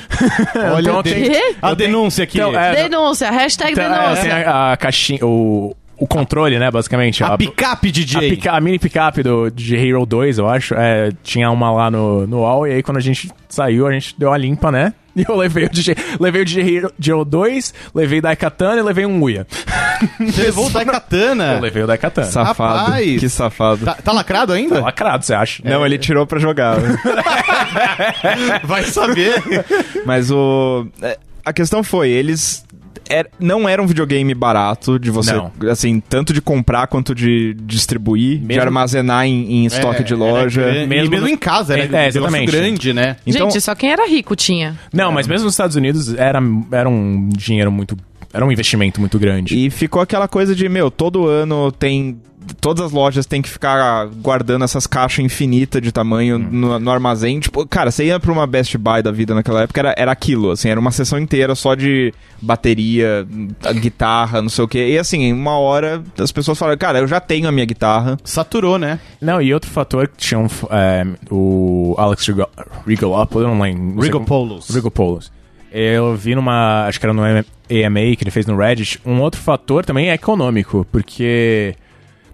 [SPEAKER 1] Olha
[SPEAKER 2] Então,
[SPEAKER 1] a, de-
[SPEAKER 5] ok.
[SPEAKER 1] a denúncia aqui.
[SPEAKER 2] Então, é,
[SPEAKER 5] denúncia, hashtag
[SPEAKER 2] Então, é,
[SPEAKER 5] denúncia.
[SPEAKER 2] tem a, a caixinha, o, o controle, né, basicamente.
[SPEAKER 1] A picape DJ.
[SPEAKER 2] a pica- a mini picape do de Hero 2, eu acho, é, tinha uma lá no, no UOL, e aí quando a gente saiu, a gente deu uma limpa, né? E eu levei o DJ, levei o DJ Hero, Hero 2, levei Daikatana e levei um Uia.
[SPEAKER 1] Você levou o Daikatana.
[SPEAKER 2] Eu levei o Daikatana. Tá
[SPEAKER 3] Safado.
[SPEAKER 1] Rapaz.
[SPEAKER 3] Que safado.
[SPEAKER 1] Tá, tá lacrado ainda?
[SPEAKER 2] lacrado, você acha?
[SPEAKER 3] Não,
[SPEAKER 2] É.
[SPEAKER 3] ele tirou pra jogar.
[SPEAKER 1] Vai saber.
[SPEAKER 3] Mas o. é, A questão foi, eles. era- não era um videogame barato de você,
[SPEAKER 2] Não.
[SPEAKER 3] assim, tanto de comprar quanto de distribuir, de
[SPEAKER 2] Mesmo-
[SPEAKER 3] armazenar em, em
[SPEAKER 1] É,
[SPEAKER 3] estoque de loja.
[SPEAKER 1] Era, mesmo,
[SPEAKER 2] Mesmo-
[SPEAKER 1] mesmo em casa, era
[SPEAKER 2] É,
[SPEAKER 1] um negócio
[SPEAKER 2] exatamente.
[SPEAKER 1] grande, né?
[SPEAKER 3] Então,
[SPEAKER 5] Gente, só quem era rico tinha.
[SPEAKER 2] Não, mas mesmo nos Estados Unidos era, era um dinheiro muito. Era um investimento muito grande.
[SPEAKER 3] e ficou aquela coisa de, meu, todo ano tem. Todas as lojas têm que ficar guardando essas caixas infinitas de tamanho no, no armazém. Tipo, cara, você ia pra uma Best Buy da vida naquela época, era, era aquilo, assim, era uma sessão inteira só de bateria, guitarra, não sei o quê. E assim, uma hora as pessoas falam, cara, eu já tenho a minha guitarra.
[SPEAKER 1] Saturou, né?
[SPEAKER 2] Não, e outro fator que tinha um, f- é, o Alex Rigo- Rigolopoulos, eu não lembro. não sei como-
[SPEAKER 1] Rigopoulos.
[SPEAKER 2] Rigopoulos. Eu vi numa. Acho que era no AMA que ele fez no Reddit. Um outro fator também é econômico, porque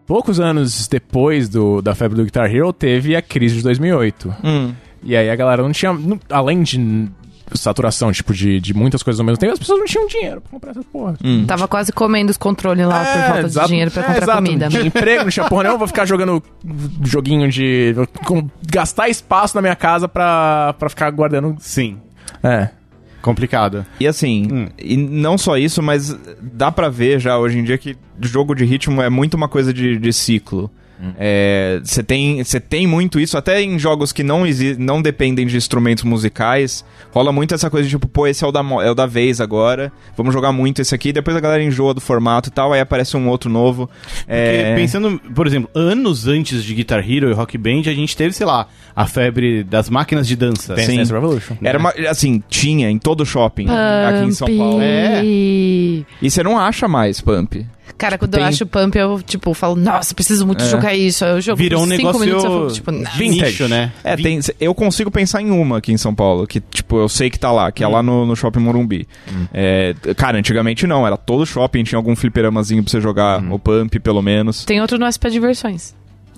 [SPEAKER 2] poucos anos depois do, da febre do Guitar Hero teve a crise de 2008. E aí a galera não tinha. não- além de n- saturação, tipo, de, de muitas coisas ao mesmo tempo, as pessoas não tinham dinheiro pra comprar essas porras.
[SPEAKER 5] Tava quase comendo os controles lá por falta
[SPEAKER 2] exato.
[SPEAKER 5] de dinheiro pra
[SPEAKER 2] É,
[SPEAKER 5] comprar
[SPEAKER 2] exato.
[SPEAKER 5] comida. né?
[SPEAKER 2] Não tinha emprego, não tinha porra nenhuma, vou ficar jogando joguinho de... vou com- gastar espaço na minha casa pra, pra ficar guardando...
[SPEAKER 1] Sim.
[SPEAKER 2] É.
[SPEAKER 1] Complicado.
[SPEAKER 3] E assim, e não só isso, mas dá pra ver já hoje em dia que jogo de ritmo é muito uma coisa de, de ciclo. É, Você tem, você tem muito isso, até em jogos que não, exi- não dependem de instrumentos musicais, rola muito essa coisa de tipo, pô, esse é o, da, mo- é o da vez agora, vamos jogar muito esse aqui, depois a galera enjoa do formato e tal, aí aparece um outro novo.
[SPEAKER 1] Porque
[SPEAKER 3] É,
[SPEAKER 1] pensando, por exemplo, anos antes de Guitar Hero e Rock Band, a gente teve, sei lá, a febre das máquinas de dança.
[SPEAKER 2] Dance
[SPEAKER 3] Sim.
[SPEAKER 2] Dance Revolution.
[SPEAKER 3] Era uma, assim, tinha em todo shopping aqui em São Paulo.
[SPEAKER 5] É.
[SPEAKER 3] E você não acha mais Pump.
[SPEAKER 5] Cara, quando eu
[SPEAKER 3] tem-
[SPEAKER 5] acho o Pump, eu, tipo, falo, nossa, preciso muito
[SPEAKER 3] É.
[SPEAKER 5] jogar isso. Aí Eu jogo
[SPEAKER 1] Virou um
[SPEAKER 5] por cinco
[SPEAKER 1] negócio
[SPEAKER 5] minutos, eu falo, tipo, não.
[SPEAKER 1] de nicho, né?
[SPEAKER 3] É, tem, eu consigo pensar em uma aqui em São Paulo, que, tipo, eu sei que tá lá, que é lá no, no Shopping Morumbi. É, cara, antigamente não, era todo shopping, tinha algum fliperamazinho pra você jogar, o Pump, pelo menos.
[SPEAKER 5] Tem outro no SP Diversões.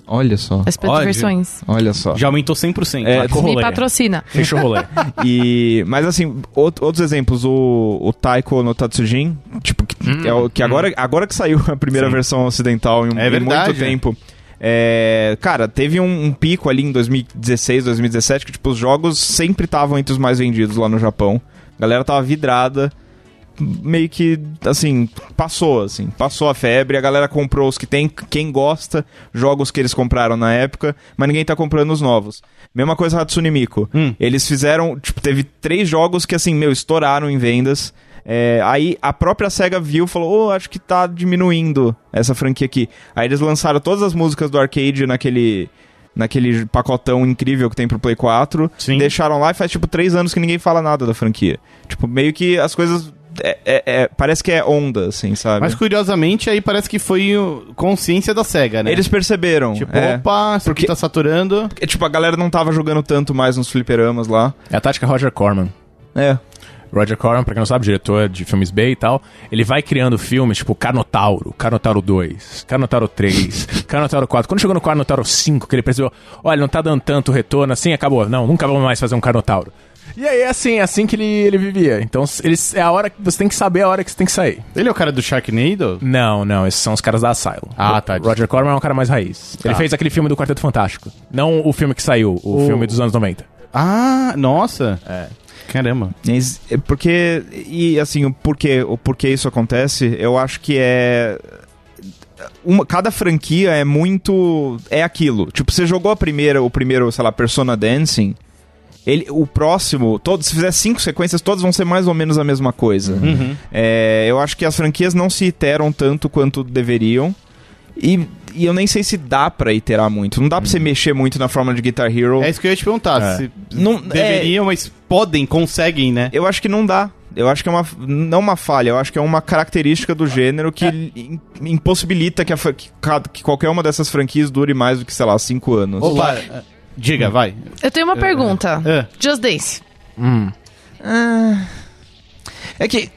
[SPEAKER 3] Olha só,
[SPEAKER 5] SP
[SPEAKER 1] Olha.
[SPEAKER 5] Diversões.
[SPEAKER 3] olha só.
[SPEAKER 1] Já aumentou 100%.
[SPEAKER 3] É,
[SPEAKER 1] Ah,
[SPEAKER 2] com-
[SPEAKER 5] Me
[SPEAKER 2] Rolê.
[SPEAKER 5] patrocina.
[SPEAKER 2] Fechou o rolê.
[SPEAKER 5] Tá
[SPEAKER 3] E, mas assim, out- outros exemplos, o, o Taiko no Tatsujin, tipo, que, é o, que agora, agora que saiu a primeira versão ocidental em, um-
[SPEAKER 1] É
[SPEAKER 3] em
[SPEAKER 1] verdade,
[SPEAKER 3] muito
[SPEAKER 1] né?
[SPEAKER 3] tempo. é, cara, teve um, um pico ali em 2016, 2017, que tipo, os jogos sempre estavam entre os mais vendidos lá no Japão. A galera tava vidrada, meio que, assim, passou, assim, passou a febre, a galera comprou os que tem, quem gosta, jogos que eles compraram na época, mas ninguém tá comprando os novos. Mesma coisa Hatsune Miku.
[SPEAKER 1] Hum.
[SPEAKER 3] Eles fizeram, tipo, teve três jogos que, assim, meu, estouraram em vendas. É, aí a própria SEGA viu e falou, ô, acho que tá diminuindo essa franquia aqui. Aí eles lançaram todas as músicas do arcade naquele... Naquele pacotão incrível que tem pro Play 4.
[SPEAKER 1] Sim.
[SPEAKER 3] Deixaram lá e faz tipo três anos que ninguém fala nada da franquia. Tipo, meio que as coisas. é- é- é- parece que é onda, assim, sabe?
[SPEAKER 1] Mas curiosamente, aí parece que foi o- consciência da SEGA, né?
[SPEAKER 3] Eles perceberam.
[SPEAKER 1] Tipo,
[SPEAKER 3] é.
[SPEAKER 1] opa, isso aqui
[SPEAKER 3] Porque-
[SPEAKER 1] tá saturando.
[SPEAKER 3] É, tipo, a galera não tava jogando tanto mais nos fliperamas lá.
[SPEAKER 2] É a tática Roger Corman.
[SPEAKER 3] É.
[SPEAKER 2] Roger Corman, pra quem não sabe, diretor de filmes B e tal, ele vai criando filmes tipo Carnotauro, Carnotauro 2, Carnotauro 3, Carnotauro 4. Quando chegou no Carnotauro 5, que ele percebeu, olha, não tá dando tanto retorno assim, acabou. Não, nunca vamos mais fazer um Carnotauro. E aí, é assim, é assim que ele, ele vivia. Então, s- eles, é a hora que você tem que saber a hora que você tem que sair.
[SPEAKER 1] Ele é o cara do Sharknado?
[SPEAKER 2] Não, não, esses são os caras da Asylum.
[SPEAKER 1] Ah,
[SPEAKER 2] O-
[SPEAKER 1] tá.
[SPEAKER 2] Roger Corman é um cara mais raiz. Ele
[SPEAKER 1] Tá.
[SPEAKER 2] fez aquele filme do Quarteto Fantástico. Não o filme que saiu, o
[SPEAKER 1] O-
[SPEAKER 2] filme dos anos 90.
[SPEAKER 1] Ah, nossa. É. Caramba.
[SPEAKER 3] Mas, é Porque. E assim, o porquê, o porquê isso acontece, eu acho que é. uma- cada franquia é muito. É aquilo. Tipo, você jogou a primeira, o primeiro, sei lá, Persona Dancing. Ele, o próximo, todos, se fizer cinco sequências, todas vão ser mais ou menos a mesma coisa.
[SPEAKER 1] Uhum.
[SPEAKER 3] É, eu acho que as franquias não se iteram tanto quanto deveriam. E, e eu nem sei se dá pra iterar muito. Não dá pra você mexer muito na forma de Guitar Hero.
[SPEAKER 1] Uhum. É isso que eu ia te perguntar.
[SPEAKER 2] É.
[SPEAKER 1] Se
[SPEAKER 3] Não-
[SPEAKER 1] deveriam, mas podem, conseguem, né?
[SPEAKER 3] Eu acho que não dá. Eu acho que é uma. Não uma falha, eu acho que é uma característica do gênero
[SPEAKER 1] É.
[SPEAKER 3] que im- impossibilita que, a fra- que ca- que qualquer uma dessas franquias dure mais do que, sei lá, cinco anos.
[SPEAKER 1] Opa. Diga, vai.
[SPEAKER 5] Eu tenho uma pergunta.
[SPEAKER 1] É.
[SPEAKER 5] Just Dance.
[SPEAKER 2] Hum,
[SPEAKER 3] Ah, é que.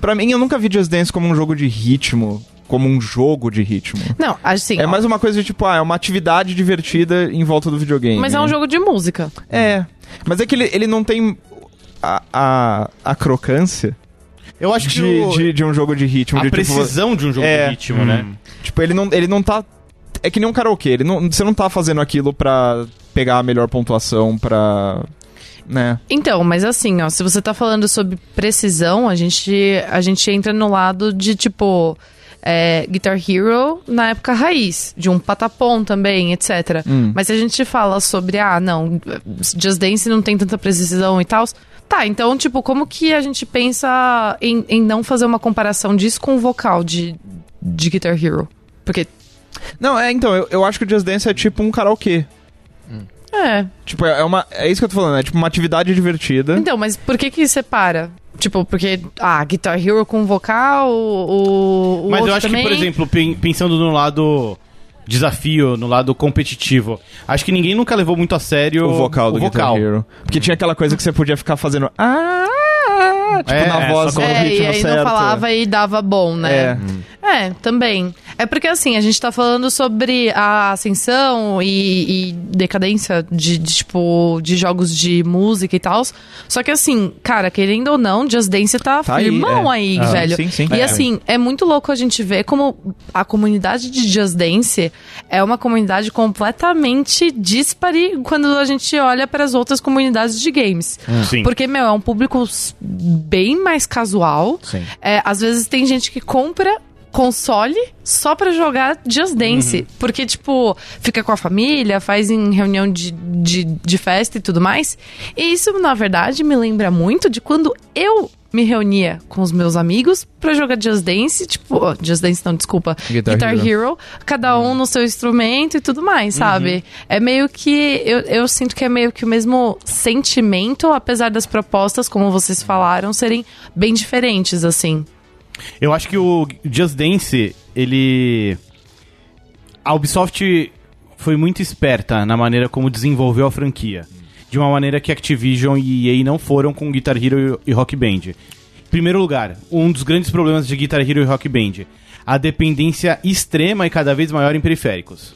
[SPEAKER 3] Pra mim, eu nunca vi Just Dance como um jogo de ritmo. Como um jogo de ritmo.
[SPEAKER 5] Não, assim.
[SPEAKER 3] É mais uma coisa de tipo, ah, é uma atividade divertida em volta do videogame. né?
[SPEAKER 5] Mas é um jogo de música.
[SPEAKER 3] É. Mas é que ele, ele não tem a, a, a crocância
[SPEAKER 1] Eu acho que
[SPEAKER 3] de,
[SPEAKER 1] o-
[SPEAKER 3] de, de um jogo de ritmo.
[SPEAKER 1] a
[SPEAKER 3] de, tipo,
[SPEAKER 1] precisão de um jogo
[SPEAKER 3] É.
[SPEAKER 1] de ritmo, né?
[SPEAKER 3] Tipo, ele não, ele não tá. É que nem um karaokê, ele não, você não tá fazendo aquilo pra pegar a melhor pontuação pra. Né?
[SPEAKER 5] Então, mas assim, ó, se você tá falando sobre precisão, a gente, a gente entra no lado de tipo. é, Guitar Hero na época raiz, de um patapom também, etc. Mas se a gente fala sobre, ah, não, Just Dance não tem tanta precisão e tal. Tá, então, tipo, como que a gente pensa em, em não fazer uma comparação disso com o vocal de, de Guitar Hero? Porque,
[SPEAKER 3] Não, é, então, eu, eu acho que o Just Dance é tipo um karaokê.
[SPEAKER 5] é,
[SPEAKER 3] Tipo, é, é uma. É isso que eu tô falando, é tipo uma atividade divertida.
[SPEAKER 5] Então, mas por que que separa? Tipo, porque, ah, Guitar Hero com vocal, o, o
[SPEAKER 1] Mas
[SPEAKER 5] outro
[SPEAKER 1] eu acho
[SPEAKER 5] também.
[SPEAKER 1] que, por exemplo, pen- pensando no lado desafio, no lado competitivo, acho que ninguém nunca levou muito a sério
[SPEAKER 3] O vocal do
[SPEAKER 1] vocal.
[SPEAKER 3] Guitar Hero. Porque tinha aquela coisa que você podia ficar fazendo. Ah! Tipo,
[SPEAKER 1] É,
[SPEAKER 3] na
[SPEAKER 1] é,
[SPEAKER 3] voz,
[SPEAKER 1] só
[SPEAKER 3] no
[SPEAKER 1] com
[SPEAKER 5] É,
[SPEAKER 3] ritmo
[SPEAKER 5] e aí
[SPEAKER 3] certo.
[SPEAKER 5] não falava e dava bom,
[SPEAKER 3] É.
[SPEAKER 5] né? É. também. É porque, assim, a gente tá falando sobre a ascensão e, e decadência de, de, tipo, de jogos de música e tal. Só que, assim, cara, querendo ou não, Just Dance tá,
[SPEAKER 3] Tá aí,
[SPEAKER 5] firmão
[SPEAKER 3] é.
[SPEAKER 5] aí,
[SPEAKER 3] Ah,
[SPEAKER 5] velho.
[SPEAKER 3] sim, sim.
[SPEAKER 5] E,
[SPEAKER 3] É.
[SPEAKER 5] assim, é muito louco a gente ver como a comunidade de Just Dance é uma comunidade completamente dispare quando a gente olha para as outras comunidades de games.
[SPEAKER 3] Hum.
[SPEAKER 1] Sim.
[SPEAKER 5] Porque, meu, é um público s- bem mais casual.
[SPEAKER 2] Sim.
[SPEAKER 5] É, às vezes tem gente que compra console só pra jogar Just Dance. Porque, tipo, fica com a família, faz em reunião de, de, de festa e tudo mais. E isso, na verdade, me lembra muito de quando eu me reunia com os meus amigos pra jogar Just Dance, tipo, ó, Just Dance não, desculpa,
[SPEAKER 4] Guitar
[SPEAKER 5] Guitar,
[SPEAKER 4] Hero.
[SPEAKER 5] Hero. cada
[SPEAKER 3] Hum.
[SPEAKER 5] um no seu instrumento e tudo mais,
[SPEAKER 3] Uhum.
[SPEAKER 5] sabe? É meio que, eu, eu sinto que é meio que o mesmo sentimento, apesar das propostas, como vocês falaram, serem bem diferentes, assim.
[SPEAKER 1] Eu acho que o Just Dance, ele. A Ubisoft foi muito esperta na maneira como desenvolveu a franquia. De uma maneira que Activision e EA não foram com Guitar Hero e e Rock Band. Em primeiro lugar, um dos grandes problemas de Guitar Hero e Rock Band: a dependência extrema e cada vez maior em periféricos.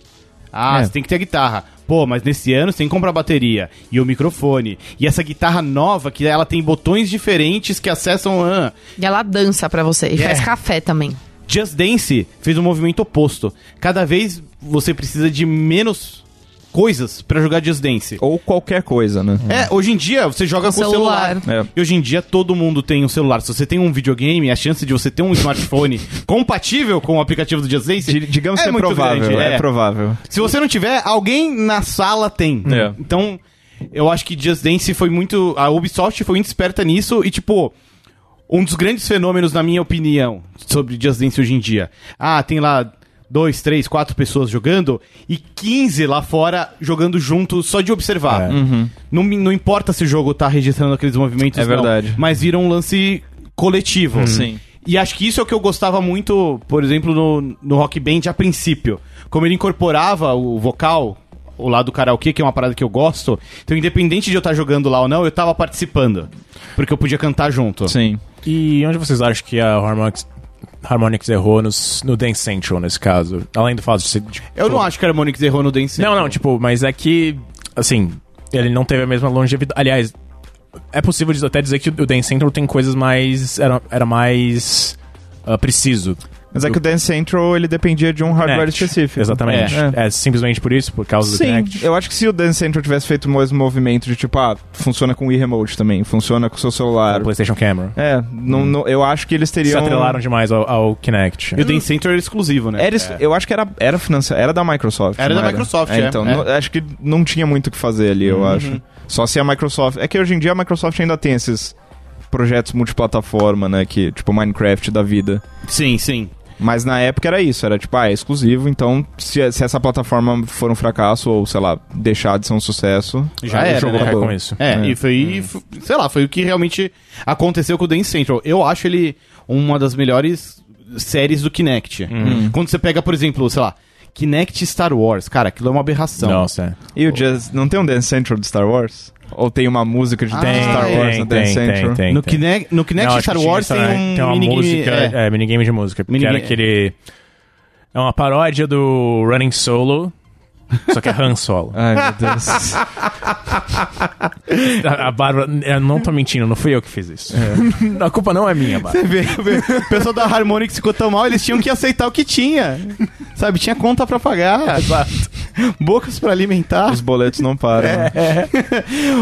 [SPEAKER 1] Ah,
[SPEAKER 3] É.
[SPEAKER 1] você tem que ter a guitarra. Pô, mas nesse ano você tem que comprar a bateria e o microfone. E essa guitarra nova que ela tem botões diferentes que acessam. ah,
[SPEAKER 5] E ela dança pra você
[SPEAKER 3] É.
[SPEAKER 5] e faz café também.
[SPEAKER 1] Just Dance fez um movimento oposto. Cada vez você precisa de menos coisas pra jogar Just Dance.
[SPEAKER 3] Ou qualquer coisa, né?
[SPEAKER 1] É, hoje em dia você joga com o celular.
[SPEAKER 5] celular.
[SPEAKER 3] É.
[SPEAKER 1] E hoje em dia todo mundo tem um celular. Se você tem um videogame, a chance de você ter um smartphone compatível com o aplicativo do Just Dance,
[SPEAKER 3] Di- Digamos que é
[SPEAKER 1] muito
[SPEAKER 3] provável,
[SPEAKER 1] grande,
[SPEAKER 3] é. provável.
[SPEAKER 1] Se você não tiver, alguém na sala tem.
[SPEAKER 3] É.
[SPEAKER 1] Então, eu acho que Just Dance foi muito. A Ubisoft foi muito esperta nisso e, tipo. Um dos grandes fenômenos, na minha opinião, sobre Just Dance hoje em dia. Ah, tem lá dois, três, quatro pessoas jogando e 15 lá fora jogando junto só de observar.
[SPEAKER 3] É.
[SPEAKER 1] Uhum. Não, me- não importa se o jogo tá registrando aqueles movimentos,
[SPEAKER 3] É
[SPEAKER 1] não,
[SPEAKER 3] verdade. Uhum.
[SPEAKER 1] mas vira um lance coletivo.
[SPEAKER 3] Sim.
[SPEAKER 1] E acho que isso é o que eu gostava muito, por exemplo, no, no Rock Band a princípio. Como ele incorporava o vocal, o lado do karaokê, que é uma parada que eu gosto. Então, independente de eu estar jogando lá ou não, eu tava participando. Porque eu podia cantar junto.
[SPEAKER 3] Sim.
[SPEAKER 2] E onde vocês acham que a Harmonix, Harmonix errou nos, no Dance Central, nesse caso? Além do fato de ser... de-
[SPEAKER 1] Eu não acho que a Harmonix errou no Dance.
[SPEAKER 2] Não, não, tipo, mas é que, assim, ele não teve a mesma longevidade. Aliás, é possível diz- até dizer que o Dance Central tem coisas mais. Era, era mais. ah, preciso.
[SPEAKER 3] Mas é que o Dance Central, ele dependia de um hardware
[SPEAKER 2] Connect.
[SPEAKER 3] específico.
[SPEAKER 2] Exatamente.
[SPEAKER 3] É.
[SPEAKER 2] É. simplesmente por isso, por causa do
[SPEAKER 3] Sim,
[SPEAKER 2] Connect.
[SPEAKER 3] eu acho que se o Dance Central tivesse feito o mesmo movimento de tipo, ah, funciona com o e-remote também, funciona com o seu
[SPEAKER 2] do
[SPEAKER 3] celular.
[SPEAKER 2] PlayStation Camera.
[SPEAKER 3] É, não, não- eu acho que eles
[SPEAKER 2] Se
[SPEAKER 3] teriam.
[SPEAKER 2] atrelaram demais ao, ao Kinect.
[SPEAKER 1] E o Dance Center era exclusivo, né?
[SPEAKER 3] Era, isso- Eu acho que era, era, financia... era da Microsoft.
[SPEAKER 1] Era
[SPEAKER 3] não
[SPEAKER 1] da Microsoft, é.
[SPEAKER 3] Então,
[SPEAKER 1] É. Uhum.
[SPEAKER 3] não- acho que não tinha muito o que fazer ali, eu acho. Só se a Microsoft. É que hoje em dia a Microsoft ainda tem esses projetos multiplataforma, né? Que, tipo, Minecraft da vida.
[SPEAKER 1] Sim, sim.
[SPEAKER 3] Mas na época era isso, era tipo, ah, é exclusivo, então se, se essa plataforma for um fracasso ou, sei lá, deixar de ser um sucesso,
[SPEAKER 1] Já
[SPEAKER 3] aí
[SPEAKER 1] era,
[SPEAKER 3] o jogo
[SPEAKER 1] né?
[SPEAKER 2] Colocar
[SPEAKER 3] acabou.
[SPEAKER 2] com isso.
[SPEAKER 1] É,
[SPEAKER 3] Ah, É.
[SPEAKER 1] e foi, f- sei lá, foi o que realmente aconteceu com o Dance Central. Eu acho ele uma das melhores séries do Kinect. Quando você pega, por exemplo, sei lá, Kinect Star Wars, cara, aquilo é uma aberração.
[SPEAKER 2] Nossa. é.
[SPEAKER 3] E o Just, não tem um Dance Central de Star Wars? Ou tem uma música de
[SPEAKER 1] Ah, Tem,
[SPEAKER 3] Star Wars
[SPEAKER 2] tem,
[SPEAKER 3] no Dance
[SPEAKER 2] tem,
[SPEAKER 3] Central?
[SPEAKER 2] tem, tem,
[SPEAKER 1] no,
[SPEAKER 2] tem.
[SPEAKER 1] Kine no Kinect
[SPEAKER 2] É, então. Não, acho
[SPEAKER 1] é Star
[SPEAKER 2] que tinha
[SPEAKER 1] Wars
[SPEAKER 2] essa,
[SPEAKER 1] tem
[SPEAKER 2] né?
[SPEAKER 1] um
[SPEAKER 2] uma
[SPEAKER 1] minigame,
[SPEAKER 2] música,
[SPEAKER 1] é.
[SPEAKER 2] é. minigame de música. Que era
[SPEAKER 1] Minigame-
[SPEAKER 2] aquele... É uma paródia do Running Solo, só que é Han Solo.
[SPEAKER 3] Ai, meu Deus.
[SPEAKER 2] A, a Bárbara, eu não tô mentindo, não fui eu que fiz isso. a culpa não é minha, Bárbara.
[SPEAKER 1] o pessoal da Harmonix ficou tão mal, eles tinham que aceitar o que tinha. Sabe, tinha conta pra pagar, bocas pra alimentar.
[SPEAKER 3] Os boletos não param.
[SPEAKER 1] É.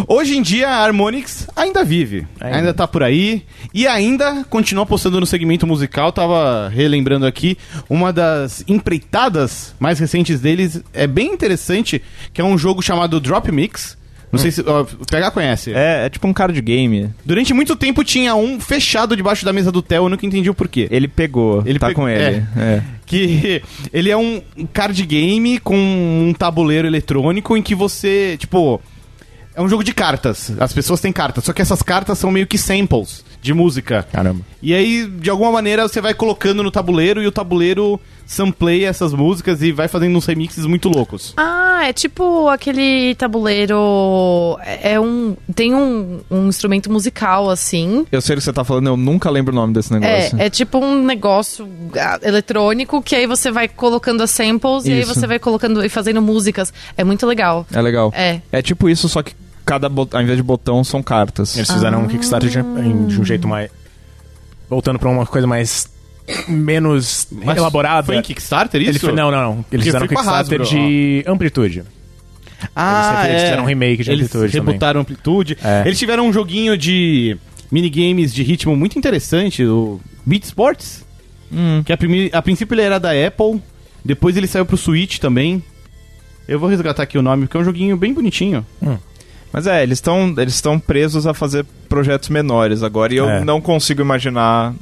[SPEAKER 1] Hoje em dia, a Harmonix ainda vive. Ainda.
[SPEAKER 2] Ainda.
[SPEAKER 1] tá por aí. E ainda continua postando no segmento musical. Tava relembrando aqui. Uma das empreitadas mais recentes deles é bem interessante, que é um jogo chamado Drop Mix. Não
[SPEAKER 2] Hum.
[SPEAKER 1] sei se... Ó, o PH conhece.
[SPEAKER 3] É, é tipo um card game.
[SPEAKER 1] Durante muito tempo tinha um fechado debaixo da mesa do Theo. Eu nunca entendi o porquê.
[SPEAKER 3] Ele pegou,
[SPEAKER 1] Ele
[SPEAKER 3] ele tá
[SPEAKER 1] pegou-
[SPEAKER 3] com ele. É.
[SPEAKER 1] Que ele é um card game com um tabuleiro eletrônico em que você, tipo. É um jogo de cartas. As pessoas têm cartas. Só que essas cartas são meio que samples de música.
[SPEAKER 2] Caramba.
[SPEAKER 1] E aí, de alguma maneira, você vai colocando no tabuleiro e o tabuleiro sampleia essas músicas e vai fazendo uns remixes muito loucos.
[SPEAKER 5] Ah, é tipo aquele tabuleiro. É é um. Tem um, um instrumento musical, assim.
[SPEAKER 3] Eu sei o que você tá falando, eu nunca lembro o nome desse negócio.
[SPEAKER 5] É, é tipo um negócio ah, eletrônico que aí você vai colocando as samples e aí
[SPEAKER 3] Isso.
[SPEAKER 5] você vai colocando e fazendo músicas. É muito legal.
[SPEAKER 3] É legal.
[SPEAKER 5] É.
[SPEAKER 3] É tipo isso, só que cada bot... ao invés de botão são cartas.
[SPEAKER 2] Eles fizeram
[SPEAKER 1] Ah.
[SPEAKER 2] um Kickstarter de, em- de um jeito mais. Voltando pra uma coisa mais. menos elaborada.
[SPEAKER 1] Foi em Kickstarter isso?
[SPEAKER 2] Ele foi- não, não, não. Eles
[SPEAKER 1] Eu
[SPEAKER 2] fizeram um
[SPEAKER 1] fui com a
[SPEAKER 2] Kickstarter
[SPEAKER 1] Hasbro,
[SPEAKER 2] de amplitude.
[SPEAKER 1] Ah,
[SPEAKER 2] Eles fizeram um remake de
[SPEAKER 1] Eles
[SPEAKER 2] Amplitude também.
[SPEAKER 1] rebutaram Amplitude.
[SPEAKER 2] É.
[SPEAKER 1] Eles tiveram um joguinho de minigames de ritmo muito interessante, o Beat Sports.
[SPEAKER 3] Hum,
[SPEAKER 1] Que a, primi- a princípio ele era da Apple, depois ele saiu pro Switch também. Eu vou resgatar aqui o nome, porque é um joguinho bem bonitinho.
[SPEAKER 3] Mas é, eles estão eles estão presos a fazer projetos menores agora e eu
[SPEAKER 2] É.
[SPEAKER 3] não consigo imaginar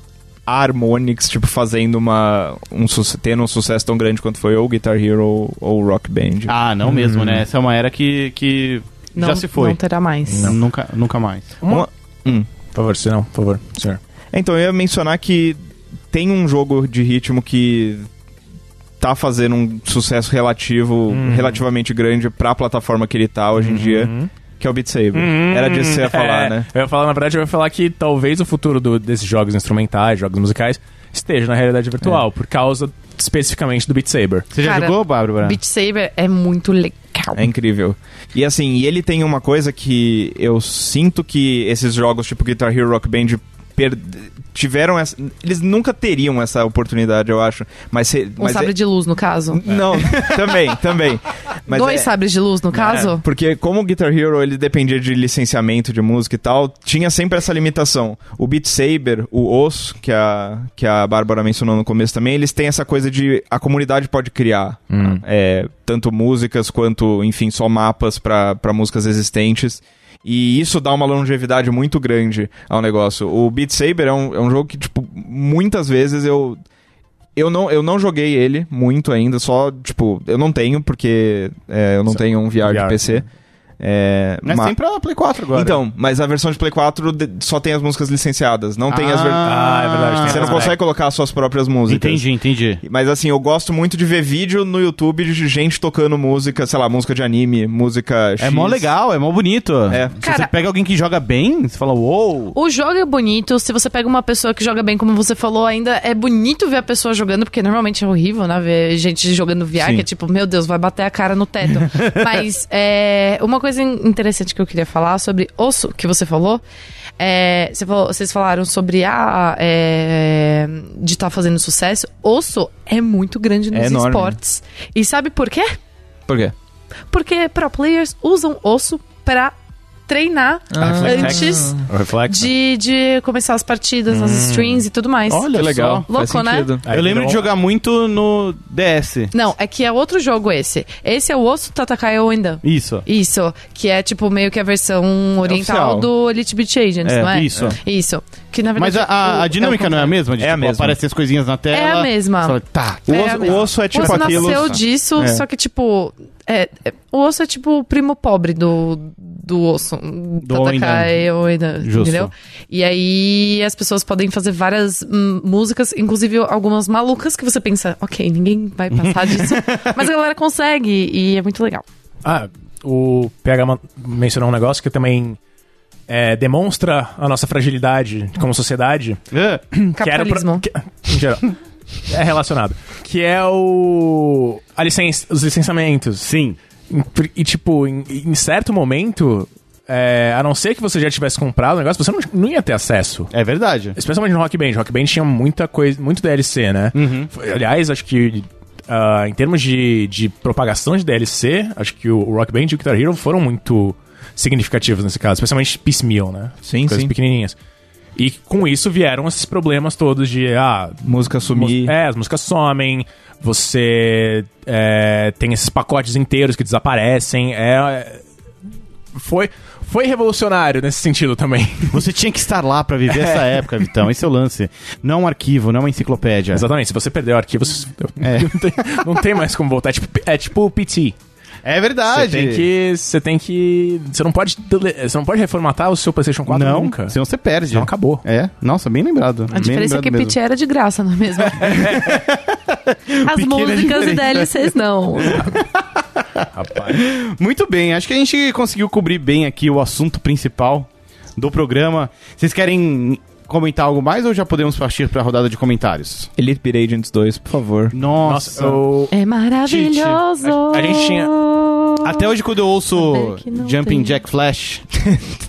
[SPEAKER 3] a Harmonix tipo fazendo uma um suce- tendo um sucesso tão grande quanto foi ou Guitar Hero ou, ou Rock Band.
[SPEAKER 1] Ah,
[SPEAKER 2] Hum.
[SPEAKER 1] não mesmo, né? Essa é uma era que, que
[SPEAKER 5] Não,
[SPEAKER 1] já se foi.
[SPEAKER 5] Não terá mais.
[SPEAKER 1] Nunca, nunca mais.
[SPEAKER 3] Uma- Hum.
[SPEAKER 2] Por favor, se não, por favor, senhor.
[SPEAKER 3] Então eu ia mencionar que tem um jogo de ritmo que tá fazendo um sucesso relativo, relativamente grande pra plataforma que ele tá hoje em dia,
[SPEAKER 2] Uhum.
[SPEAKER 3] que é o Beat Saber. Era disso que você ia falar,
[SPEAKER 2] É,
[SPEAKER 3] né?
[SPEAKER 2] Eu ia falar, na verdade, eu ia falar que talvez o futuro do- desses jogos instrumentais, jogos musicais, esteja na realidade
[SPEAKER 3] É.
[SPEAKER 2] virtual, por causa especificamente do Beat Saber.
[SPEAKER 1] Você já
[SPEAKER 5] Cara,
[SPEAKER 1] jogou, Bárbara?
[SPEAKER 5] Beat Saber é muito legal.
[SPEAKER 3] É incrível. E assim, e ele tem uma coisa que eu sinto que esses jogos tipo Guitar Hero Rock Band per- tiveram essa. Eles nunca teriam essa oportunidade, eu acho. Mas, se-
[SPEAKER 5] Um
[SPEAKER 3] mas
[SPEAKER 5] sabre
[SPEAKER 3] é-
[SPEAKER 5] de luz, no caso.
[SPEAKER 3] Não, também, também. Mas
[SPEAKER 5] Dois
[SPEAKER 3] é-
[SPEAKER 5] sabres de luz, no caso.
[SPEAKER 3] Porque como o Guitar Hero ele dependia de licenciamento de música e tal, tinha sempre essa limitação. O Beat Saber, o Os, que a, que a Bárbara mencionou no começo também, eles têm essa coisa de a comunidade pode criar é, tanto músicas quanto, enfim, só mapas para músicas existentes. E isso dá uma longevidade muito grande ao negócio. O Beat Saber é um, é um jogo que, tipo, muitas vezes eu. Eu não, eu não joguei ele muito ainda, só, tipo, eu não tenho, porque é, eu não tenho um VR,
[SPEAKER 2] VR.
[SPEAKER 3] de PC. É,
[SPEAKER 1] Mas
[SPEAKER 3] ma-
[SPEAKER 1] tem pra Play 4 agora.
[SPEAKER 3] Então, mas a versão de Play 4 de- só tem as músicas licenciadas, não tem as ver-
[SPEAKER 2] Ah, é verdade, tem
[SPEAKER 3] Você não
[SPEAKER 2] aspecto.
[SPEAKER 3] consegue colocar as suas próprias músicas.
[SPEAKER 1] Entendi, entendi.
[SPEAKER 3] Mas assim, eu gosto muito de ver vídeo no YouTube de gente tocando música, sei lá, música de anime, música X.
[SPEAKER 1] É mó legal, é mó bonito.
[SPEAKER 3] É.
[SPEAKER 1] Se
[SPEAKER 5] Cara-
[SPEAKER 1] você pega alguém que joga bem, você fala, uou.
[SPEAKER 5] O jogo é bonito, se você pega uma pessoa que joga bem, como você falou, ainda é bonito ver a pessoa jogando, porque normalmente é horrível, né? Ver gente jogando VR, que é tipo, meu Deus, vai bater a cara no teto. Mas é, uma coisa in- interessante que eu queria falar sobre osso que você falou. é, você falou- vocês falaram sobre a é, de estar fazendo sucesso. Osso é muito grande nos
[SPEAKER 3] É enorme.
[SPEAKER 5] esportes. E sabe por quê?
[SPEAKER 3] Por quê?
[SPEAKER 5] Porque pro players usam osso pra treinar
[SPEAKER 3] Ah.
[SPEAKER 5] antes
[SPEAKER 2] O reflexo.
[SPEAKER 5] de, de começar as partidas, as strings e tudo mais.
[SPEAKER 1] Olha
[SPEAKER 3] Que legal.
[SPEAKER 1] Hum. legal.
[SPEAKER 3] faz
[SPEAKER 5] Louco, né?
[SPEAKER 3] sentido.
[SPEAKER 2] Aí
[SPEAKER 1] eu lembro
[SPEAKER 2] virou- um-
[SPEAKER 1] de jogar muito no DS.
[SPEAKER 5] Não, é que é outro jogo esse. Esse é o Osso Tatakai Oenda.
[SPEAKER 1] Isso.
[SPEAKER 5] Isso, que é tipo meio que a versão oriental
[SPEAKER 3] oficial.
[SPEAKER 5] do Elite Beat Agents,
[SPEAKER 1] É,
[SPEAKER 5] não é?
[SPEAKER 1] isso.
[SPEAKER 5] Isso. Que na
[SPEAKER 1] Mas
[SPEAKER 5] verdade.
[SPEAKER 1] a, a-
[SPEAKER 5] o-
[SPEAKER 1] a dinâmica não é a
[SPEAKER 5] contrário.
[SPEAKER 1] mesma? De,
[SPEAKER 3] É a
[SPEAKER 1] tipo,
[SPEAKER 3] mesma.
[SPEAKER 1] Aparecem as coisinhas na tela.
[SPEAKER 5] É a mesma.
[SPEAKER 1] você fala, tá.
[SPEAKER 3] O,
[SPEAKER 5] É,
[SPEAKER 3] osso,
[SPEAKER 5] mas-
[SPEAKER 3] o osso é tipo
[SPEAKER 5] o osso
[SPEAKER 3] aquilo.
[SPEAKER 5] nasceu disso,
[SPEAKER 3] É.
[SPEAKER 5] só que tipo. é- é- o osso é tipo o primo pobre do, do osso. Do Tatakai Oenda.
[SPEAKER 1] Justo.
[SPEAKER 5] Entendeu? E aí as pessoas podem fazer várias hum, músicas, inclusive algumas malucas que você pensa, ok, ninguém vai passar disso. mas a galera consegue e é muito legal.
[SPEAKER 2] Ah, o PH man- mencionou um negócio que também é, demonstra a nossa fragilidade como sociedade.
[SPEAKER 1] É.
[SPEAKER 2] Que era o
[SPEAKER 5] Capitalismo.
[SPEAKER 2] pro- que- em geral. é relacionado. Que é o. a licen- os licenciamentos.
[SPEAKER 1] Sim.
[SPEAKER 2] Em- E, tipo, em, em certo momento, é, a não ser que você já tivesse comprado o negócio, você não, não ia ter acesso.
[SPEAKER 1] É verdade.
[SPEAKER 2] Especialmente no Rock Band. Rock Band tinha muita coisa, muito DLC, né?
[SPEAKER 3] Uhum.
[SPEAKER 2] Foi- Aliás, acho que ah, em termos de, de propagação de DLC, acho que o, o Rock Band e o Guitar Hero foram muito significativos nesse caso, especialmente piecemeal, né?
[SPEAKER 3] Sim,
[SPEAKER 2] Coisas
[SPEAKER 3] sim.
[SPEAKER 2] pequenininhas. E com isso vieram esses problemas todos de, ah,
[SPEAKER 3] Música sumir.
[SPEAKER 2] Mus- É, as músicas somem, você é, tem esses pacotes inteiros que desaparecem. É, foi, foi revolucionário nesse sentido também.
[SPEAKER 1] Você tinha que estar lá pra viver essa época, Vitão. Esse é o lance. Não é um arquivo, não é uma enciclopédia.
[SPEAKER 2] Exatamente, se você perdeu o arquivo, você se fudeu. não, tem, não tem mais como voltar. É tipo, é tipo o PT.
[SPEAKER 1] É
[SPEAKER 2] Você
[SPEAKER 1] verdade.
[SPEAKER 2] tem que. Você tem que. Você não pode. dele- Você não pode reformatar o seu PlayStation 4
[SPEAKER 1] Não,
[SPEAKER 2] nunca.
[SPEAKER 1] senão você perde.
[SPEAKER 2] Senão acabou.
[SPEAKER 1] É, nossa, bem lembrado.
[SPEAKER 5] A diferença é que Pit era de graça, não é mesmo? As
[SPEAKER 1] Pequena
[SPEAKER 5] músicas e
[SPEAKER 1] diferença.
[SPEAKER 5] DLCs não. É
[SPEAKER 2] Rapaz.
[SPEAKER 1] Muito bem, acho que a gente conseguiu cobrir bem aqui o assunto principal do programa. Vocês querem comentar algo mais ou já podemos partir pra rodada de comentários?
[SPEAKER 3] Elite Beat Agents 2, por favor.
[SPEAKER 2] Nossa, eu.
[SPEAKER 5] É maravilhoso.
[SPEAKER 2] Tite, a- a gente tinha-
[SPEAKER 1] Até hoje, quando eu ouço
[SPEAKER 5] Saber que não
[SPEAKER 1] Jumping
[SPEAKER 5] tem.
[SPEAKER 1] Jack Flash,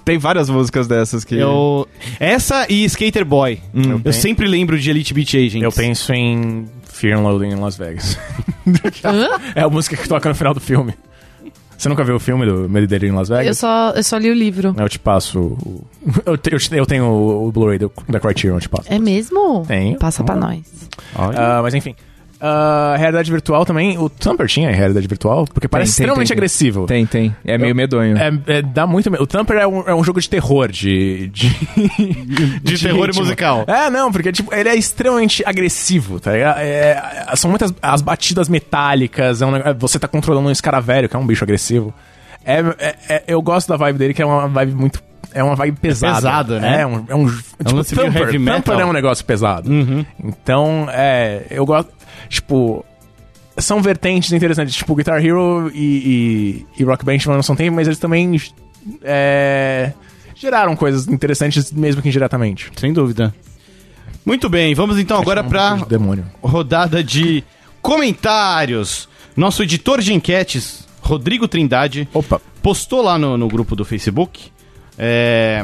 [SPEAKER 3] Tem várias músicas dessas que.
[SPEAKER 1] eu. Essa e Skater Boy. Hum. eu
[SPEAKER 2] pen-
[SPEAKER 1] sempre lembro de Elite Beat Agents.
[SPEAKER 2] Eu penso em Fear and Loathing em Las Vegas.
[SPEAKER 5] Hã?
[SPEAKER 2] É a música que toca no final do filme. Você nunca viu o filme do Meridério em Las
[SPEAKER 5] Eu
[SPEAKER 2] Vegas?
[SPEAKER 5] só, eu só li o livro.
[SPEAKER 2] Eu te passo. o- Eu, te- eu te- eu tenho o, o Blu-ray do- da Criterion, eu te passo.
[SPEAKER 5] É mesmo?
[SPEAKER 2] Tenho.
[SPEAKER 5] Passa pra nós.
[SPEAKER 2] Ah, mas enfim. Ah, realidade virtual também. O Thumper tinha realidade virtual, porque parece
[SPEAKER 3] tem,
[SPEAKER 2] extremamente
[SPEAKER 3] tem, tem.
[SPEAKER 2] agressivo.
[SPEAKER 3] Tem, tem. É meio medonho.
[SPEAKER 2] É, é- dá muito medo. O Thumper é um, é um jogo de terror, de. De, de
[SPEAKER 1] terror
[SPEAKER 2] ritmo.
[SPEAKER 1] musical.
[SPEAKER 2] É, não, porque tipo, ele é extremamente agressivo, tá ligado? É, é, são muitas. As batidas metálicas, é um neg- você tá controlando um escaravelho, que é um bicho agressivo. É, é- é- eu gosto da vibe dele, que é uma vibe muito. É uma vibe pesada.
[SPEAKER 1] pesada, né?
[SPEAKER 2] É um. É um, tipo,
[SPEAKER 1] lance meio
[SPEAKER 2] Thumper.
[SPEAKER 1] heavy metal. Uhum.
[SPEAKER 2] Thumper é um negócio pesado. Então, é. Eu gosto. Tipo são vertentes interessantes. Tipo, Guitar Hero e, e, e Rock Band tipo, não são tempo, mas eles também é, geraram coisas interessantes, mesmo que indiretamente.
[SPEAKER 1] Sem dúvida. Muito bem, vamos então agora pra
[SPEAKER 2] De demônio.
[SPEAKER 1] rodada de comentários. Nosso editor de enquetes, Rodrigo Trindade,
[SPEAKER 2] Opa.
[SPEAKER 1] postou lá no, no grupo do Facebook. É,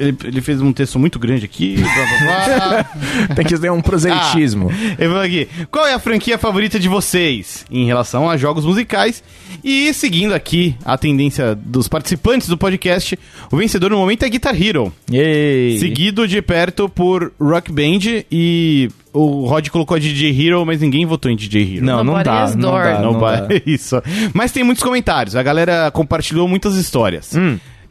[SPEAKER 1] Ele, ele fez um texto muito grande aqui. Blá, blá, blá.
[SPEAKER 2] Tem que ter um proselitismo.
[SPEAKER 1] Ele falou aqui, qual é a franquia favorita de vocês em relação a jogos musicais? E seguindo aqui a tendência dos participantes do podcast, o vencedor no momento é Guitar Hero.
[SPEAKER 3] Yay.
[SPEAKER 1] Seguido de perto por Rock Band e o Rod colocou DJ Hero, mas ninguém votou em DJ Hero.
[SPEAKER 3] Não, não
[SPEAKER 5] Nobody
[SPEAKER 3] dá,
[SPEAKER 5] is
[SPEAKER 3] não
[SPEAKER 5] door.
[SPEAKER 3] dá,
[SPEAKER 1] Ah, não,
[SPEAKER 3] não
[SPEAKER 1] vai.
[SPEAKER 3] dá.
[SPEAKER 1] Isso. Mas tem muitos comentários. A galera compartilhou muitas histórias.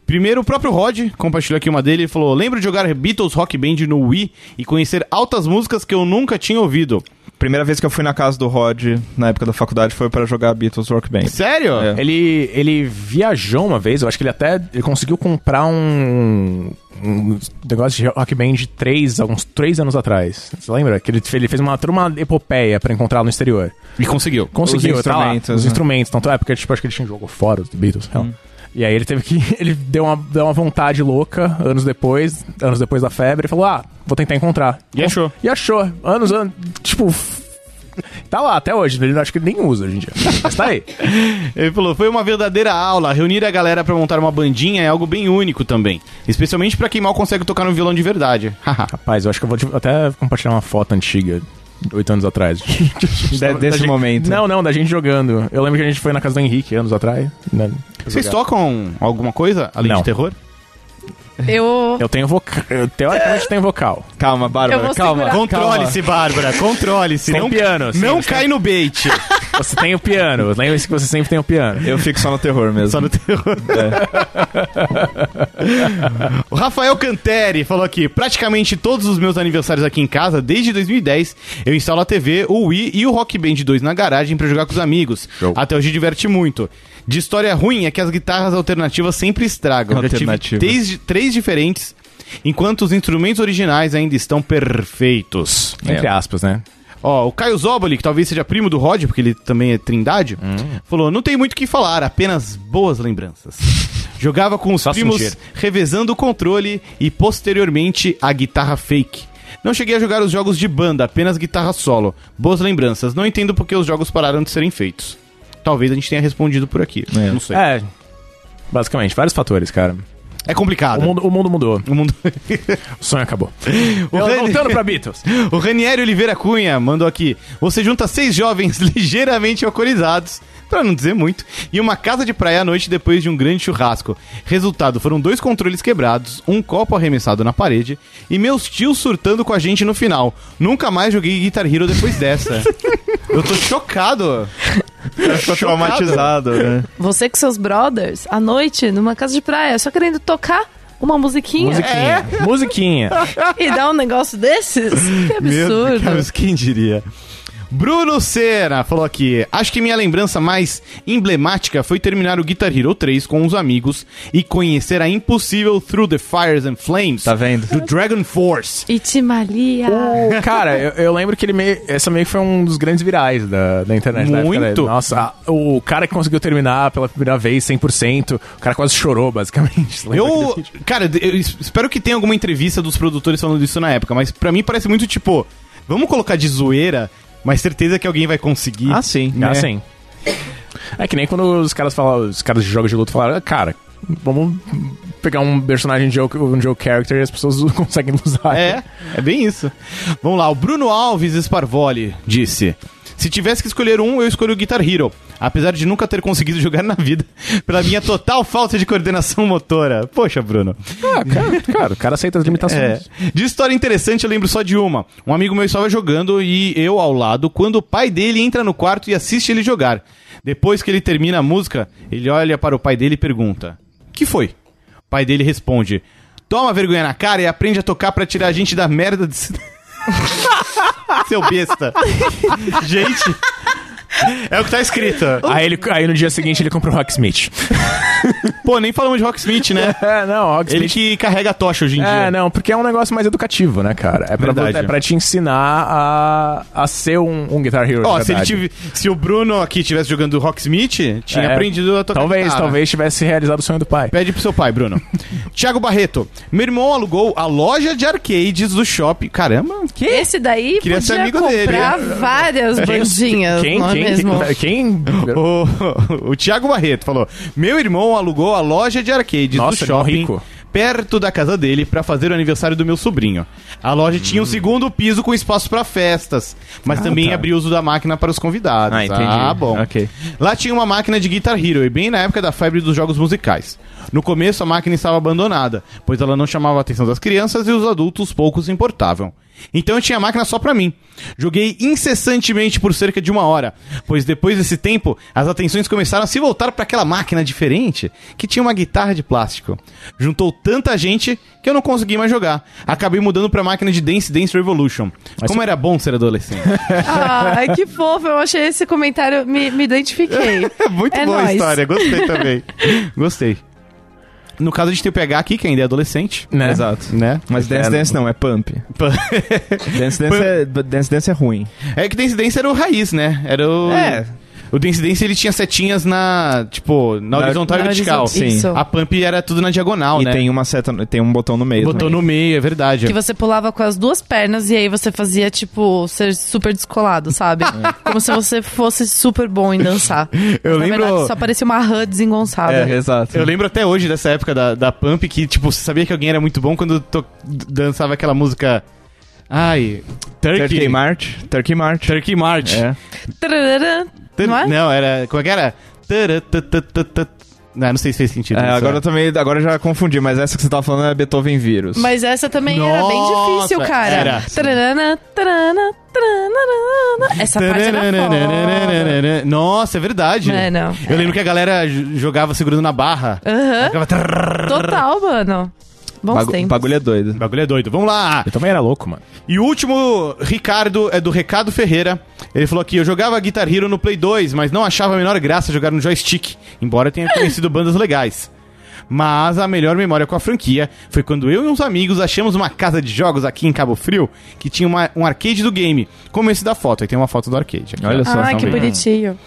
[SPEAKER 1] Primeiro, o próprio Rod compartilhou aqui uma dele e falou: Lembro de jogar Beatles Rock Band no Wii e conhecer altas músicas que eu nunca tinha ouvido.
[SPEAKER 3] Primeira vez que eu fui na casa do Rod, na época da faculdade, foi pra jogar Beatles Rock Band.
[SPEAKER 1] Sério?
[SPEAKER 3] É.
[SPEAKER 2] Ele, ele viajou uma vez, eu acho que ele até ele conseguiu comprar um, um negócio de rock band de três, alguns três anos atrás. Você lembra? Que ele, fe- ele fez uma turma epopeia pra encontrá-lo no exterior.
[SPEAKER 1] E conseguiu.
[SPEAKER 2] conseguiu
[SPEAKER 3] Os
[SPEAKER 2] tá lá,
[SPEAKER 3] instrumentos,
[SPEAKER 2] os
[SPEAKER 3] né? Hum.
[SPEAKER 2] instrumentos tanto é porque tipo acho que ele tinha um jogo fora dos Beatles real. e aí ele teve que ele deu uma, deu uma vontade louca anos depois anos depois da febre e falou ah vou tentar encontrar
[SPEAKER 1] E achou.
[SPEAKER 2] e achou anos anos tipo f- tá lá até hoje ele acho que ele nem usa hoje em dia mas tá aí
[SPEAKER 1] Ele falou: foi uma verdadeira aula. Reunir a galera pra montar uma bandinha é algo bem único também. Especialmente pra quem mal consegue tocar um violão de verdade. Haha.
[SPEAKER 2] rapaz eu acho que eu vou tipo, até compartilhar uma foto antiga oito anos atrás
[SPEAKER 3] De- desse
[SPEAKER 2] gente-
[SPEAKER 3] momento.
[SPEAKER 2] não não da gente jogando eu lembro que a gente foi na casa do Henrique anos atrás né, pra
[SPEAKER 1] Vocês
[SPEAKER 2] jogar.
[SPEAKER 1] tocam alguma coisa além
[SPEAKER 2] Não.
[SPEAKER 1] de terror?
[SPEAKER 5] Eu.
[SPEAKER 2] eu tenho vocal eu, teoricamente tenho vocal
[SPEAKER 3] Calma,
[SPEAKER 5] Eu
[SPEAKER 3] Bárbara,
[SPEAKER 5] vou
[SPEAKER 3] calma.
[SPEAKER 5] segurar.
[SPEAKER 1] Controle-se, Bárbara, controle-se.
[SPEAKER 2] Tem um
[SPEAKER 1] Não,
[SPEAKER 2] piano, assim. sim,
[SPEAKER 1] não
[SPEAKER 2] você
[SPEAKER 1] cai no bait.
[SPEAKER 2] Você tem o piano. Lembre-se que você sempre tem o piano.
[SPEAKER 3] Eu fico só no terror mesmo. É,
[SPEAKER 1] Só no terror. o Rafael Canteri falou aqui: praticamente todos os meus aniversários aqui em casa, desde 2010, eu instalo a TV, o Wii e o Rock Band 2 na garagem pra jogar com os amigos.
[SPEAKER 2] Show.
[SPEAKER 1] Até hoje diverte muito. De história ruim é que as guitarras alternativas sempre estragam. Já tive
[SPEAKER 3] Alternativas.
[SPEAKER 1] três, três diferentes, enquanto os instrumentos originais ainda estão perfeitos.
[SPEAKER 2] Entre aspas, né?
[SPEAKER 1] Ó, o Caio Zoboli, que talvez seja primo do Rod, porque ele também é trindade,
[SPEAKER 2] Hum.
[SPEAKER 1] falou: não tem muito o que falar, apenas boas lembranças. Jogava com os
[SPEAKER 2] Só
[SPEAKER 1] primos,
[SPEAKER 2] sentir.
[SPEAKER 1] revezando o controle e posteriormente a guitarra fake. Não cheguei a jogar os jogos de banda, apenas guitarra solo. Boas lembranças. Não entendo porque os jogos pararam de serem feitos. Talvez a gente tenha respondido por aqui.
[SPEAKER 3] É.
[SPEAKER 1] Não sei. É,
[SPEAKER 2] É. Basicamente, vários fatores, cara.
[SPEAKER 1] complicado.
[SPEAKER 2] O mundo, o mundo mudou.
[SPEAKER 1] O mundo-
[SPEAKER 2] O sonho acabou.
[SPEAKER 1] O
[SPEAKER 2] Eu-
[SPEAKER 1] Ren-
[SPEAKER 2] Voltando pra Beatles.
[SPEAKER 1] O Ranieri Oliveira Cunha mandou aqui: você junta seis jovens ligeiramente alcoolizados, pra não dizer muito, e uma casa de praia à noite depois de um grande churrasco. Resultado: foram dois controles quebrados, um copo arremessado na parede e meus tios surtando com a gente no final. Nunca mais joguei Guitar Hero depois dessa. Eu tô chocado.
[SPEAKER 3] Eu fico traumatizado, né?
[SPEAKER 5] Você com seus brothers, à noite, numa casa de praia, só querendo tocar uma musiquinha
[SPEAKER 1] É.
[SPEAKER 2] Musiquinha. Musiquinha.
[SPEAKER 5] e dar um negócio desses? Que
[SPEAKER 1] Meu
[SPEAKER 5] absurdo.
[SPEAKER 1] Deus, quem diria? Bruno Cera falou aqui: Acho que minha lembrança mais emblemática foi terminar o Guitar Hero 3 com uns amigos e conhecer a impossível Through the Fires and Flames
[SPEAKER 3] Tá vendo?
[SPEAKER 1] do Dragon Force.
[SPEAKER 5] Itimalia.
[SPEAKER 2] O- cara, eu, eu lembro que ele meio, essa meio que foi um dos grandes virais da, da internet. da época
[SPEAKER 1] Muito.
[SPEAKER 2] dele. Nossa, a- o cara que conseguiu terminar pela primeira vez 100%, o cara quase chorou, basicamente. Você lembra
[SPEAKER 1] Eu,
[SPEAKER 2] que ele-
[SPEAKER 1] cara, eu es- espero que tenha alguma entrevista dos produtores falando isso na época, mas pra mim parece muito tipo: vamos colocar de zoeira, mas certeza que alguém vai conseguir.
[SPEAKER 3] Ah, sim.
[SPEAKER 2] Ah,
[SPEAKER 1] né?
[SPEAKER 2] sim. É que nem quando os caras falam, os caras de jogos de luta falaram, cara, vamos pegar um personagem de jogo, um jogo character e as pessoas conseguem usar.
[SPEAKER 1] É, é bem isso. Vamos lá, o Bruno Alves Sparvoli disse: Se tivesse que escolher um, eu escolho o Guitar Hero. apesar de nunca ter conseguido jogar na vida, pela minha total falta de coordenação motora. Poxa, Bruno.
[SPEAKER 2] Ah, cara, cara, o cara aceita as
[SPEAKER 1] É.
[SPEAKER 2] limitações.
[SPEAKER 1] De história interessante, eu lembro só de uma. Um amigo meu estava jogando e eu ao lado, quando o pai dele entra no quarto e assiste ele jogar. Depois que ele termina a música, ele olha para o pai dele e pergunta: Que foi? O pai dele responde: Toma vergonha na cara e aprende a tocar para tirar a gente da merda de. Seu besta. gente. É o que tá escrito.
[SPEAKER 2] Aí, ele, aí no dia seguinte ele comprou o Rocksmith.
[SPEAKER 1] Pô, nem falamos de Rocksmith, né?
[SPEAKER 2] É, não,
[SPEAKER 1] Ele que carrega a tocha hoje em
[SPEAKER 2] É,
[SPEAKER 1] dia.
[SPEAKER 2] não, porque é um negócio mais educativo, né, cara? É pra,
[SPEAKER 1] Verdade.
[SPEAKER 2] é pra te ensinar a, a ser um, um Guitar Hero.
[SPEAKER 1] Ó,
[SPEAKER 2] de
[SPEAKER 1] se, ele
[SPEAKER 2] verdade.
[SPEAKER 1] tive, se o Bruno aqui tivesse jogando Rocksmith, tinha
[SPEAKER 2] É,
[SPEAKER 1] aprendido a tocar
[SPEAKER 2] Talvez,
[SPEAKER 1] guitarra.
[SPEAKER 2] talvez tivesse realizado o sonho do pai.
[SPEAKER 1] Pede pro seu pai, Bruno. Tiago Barreto. Meu irmão alugou a loja de arcades do shopping. Caramba.
[SPEAKER 5] Esse daí
[SPEAKER 1] Queria ser
[SPEAKER 5] podia
[SPEAKER 1] amigo dele.
[SPEAKER 5] comprar várias bandinhas,
[SPEAKER 2] quem,
[SPEAKER 5] não é
[SPEAKER 2] quem,
[SPEAKER 5] mesmo?
[SPEAKER 2] quem, quem-
[SPEAKER 1] O, o Tiago Barreto falou. Meu irmão alugou a loja de arcades do
[SPEAKER 2] Nossa,
[SPEAKER 1] shopping.
[SPEAKER 2] irmão rico.
[SPEAKER 1] Perto da casa dele pra fazer o aniversário do meu sobrinho. A loja tinha
[SPEAKER 2] Hum.
[SPEAKER 1] um segundo piso com espaço pra festas, mas
[SPEAKER 2] Ah,
[SPEAKER 1] também
[SPEAKER 2] tá.
[SPEAKER 1] abria uso da máquina para os convidados.
[SPEAKER 3] Ah, entendi.
[SPEAKER 1] Ah, bom.
[SPEAKER 3] Ok.
[SPEAKER 1] Lá tinha uma máquina de Guitar Hero, e bem na época da febre dos jogos musicais. No começo, a máquina estava abandonada, pois ela não chamava a atenção das crianças e os adultos poucos se importavam. Então eu tinha a máquina só pra mim. Joguei incessantemente por cerca de uma hora, pois depois desse tempo, as atenções começaram a se voltar para aquela máquina diferente que tinha uma guitarra de plástico. Juntou tanta gente que eu não consegui mais jogar. Acabei mudando pra máquina de Dance Dance Revolution. Como era bom ser adolescente.
[SPEAKER 5] Ai, que fofo, eu achei esse comentário, me, me identifiquei.
[SPEAKER 1] É muito
[SPEAKER 5] É
[SPEAKER 1] boa
[SPEAKER 5] nóis.
[SPEAKER 1] a história, gostei também. gostei. No caso, a gente tem o PH aqui, que ainda é adolescente,
[SPEAKER 2] Né?
[SPEAKER 3] Exato.
[SPEAKER 1] né?
[SPEAKER 3] Mas Dance Dance não, é Pump. Dance Dance, é, Dance Dance é ruim.
[SPEAKER 1] É que Dance Dance era o raiz, né? Era o.
[SPEAKER 3] É.
[SPEAKER 1] O Dance Dance ele tinha setinhas na. Tipo, na horizontal e
[SPEAKER 5] Na
[SPEAKER 1] vertical.
[SPEAKER 5] horizontal, Sim. isso.
[SPEAKER 1] A pump era tudo na diagonal,
[SPEAKER 3] e
[SPEAKER 1] né?
[SPEAKER 3] tem uma seta, no- tem um botão no meio.
[SPEAKER 1] Botou
[SPEAKER 3] também.
[SPEAKER 1] no meio, é verdade.
[SPEAKER 5] Que você pulava com as duas pernas e aí você fazia, tipo, ser super descolado, sabe? Como se você fosse super bom em dançar.
[SPEAKER 1] É. Eu
[SPEAKER 5] Na
[SPEAKER 1] lembro.
[SPEAKER 5] verdade, só parecia uma rã desengonçada.
[SPEAKER 3] É, exato.
[SPEAKER 1] Eu lembro até hoje dessa época da, da Pump que, tipo, você sabia que alguém era muito bom quando to- dançava aquela música. Ai. Turkey.
[SPEAKER 3] Turkey March. Turkey March.
[SPEAKER 1] Turkey March.
[SPEAKER 3] É.
[SPEAKER 5] Tararã.
[SPEAKER 1] Tan-
[SPEAKER 5] Não é?
[SPEAKER 1] era. Como é que era? Tará, tá, tá, tá, tá. Não, não sei se fez sentido.
[SPEAKER 3] É,
[SPEAKER 1] isso,
[SPEAKER 3] agora
[SPEAKER 1] é.
[SPEAKER 3] eu também, agora eu já confundi, mas essa que você tava falando é Beethoven Vírus.
[SPEAKER 5] Mas essa também era bem
[SPEAKER 1] Nossa,
[SPEAKER 5] difícil, cara.
[SPEAKER 1] era.
[SPEAKER 5] Tararana, tarana, tararana. Essa parte era foda.
[SPEAKER 1] Tananana. Nossa, é verdade.
[SPEAKER 5] Mano.
[SPEAKER 1] Eu lembro que a galera j- jogava segurando na barra.
[SPEAKER 5] Aham,
[SPEAKER 1] Ficava trrr.
[SPEAKER 5] total, mano. Bons
[SPEAKER 3] Bagu-
[SPEAKER 5] tempos.
[SPEAKER 3] bagulho é doido.
[SPEAKER 1] O bagulho é doido. Vamos lá.
[SPEAKER 2] Eu também era louco, mano.
[SPEAKER 1] E o último, Ricardo, é do Recado Ferreira. Ele falou aqui: eu jogava Guitar Hero no Play 2, mas não achava a menor graça jogar no joystick, embora tenha conhecido bandas legais. Mas a melhor memória com a franquia foi quando eu e uns amigos achamos uma casa de jogos aqui em Cabo Frio que tinha uma- um arcade do game, como esse da foto. Aí tem uma foto do arcade. aqui, ó.
[SPEAKER 3] Olha só.
[SPEAKER 5] Ah, que
[SPEAKER 3] também.
[SPEAKER 5] bonitinho.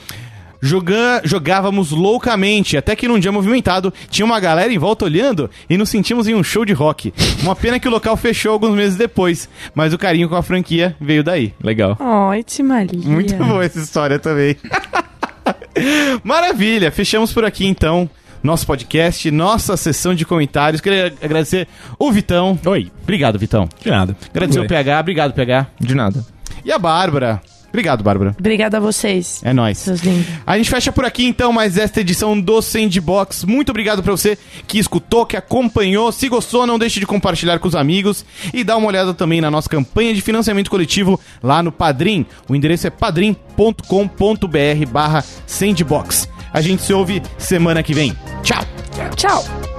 [SPEAKER 1] Joga- jogávamos loucamente, até que num dia movimentado tinha uma galera em volta olhando e nos sentimos em um show de rock. Uma pena que o local fechou alguns meses depois, mas o carinho com a franquia veio daí.
[SPEAKER 3] Legal.
[SPEAKER 5] Ai, te Maria.
[SPEAKER 1] É Muito boa essa história também. Maravilha, fechamos por aqui então nosso podcast, nossa sessão de comentários. Queria agradecer o Vitão.
[SPEAKER 2] Oi.
[SPEAKER 1] Obrigado, Vitão.
[SPEAKER 2] De nada.
[SPEAKER 1] Agradecer o PH, obrigado, PH.
[SPEAKER 3] De nada.
[SPEAKER 1] E a Bárbara. Obrigado, Bárbara.
[SPEAKER 5] Obrigada a vocês,
[SPEAKER 1] É nóis.
[SPEAKER 5] seus lindos.
[SPEAKER 1] A gente fecha por aqui então mais esta edição do Sandbox. Muito obrigado pra você que escutou, que acompanhou. Se gostou, não deixe de compartilhar com os amigos e dá uma olhada também na nossa campanha de financiamento coletivo lá no Padrim. O endereço é padrim.com.br/barra Sandbox. A gente se ouve semana que vem. Tchau!
[SPEAKER 5] Tchau.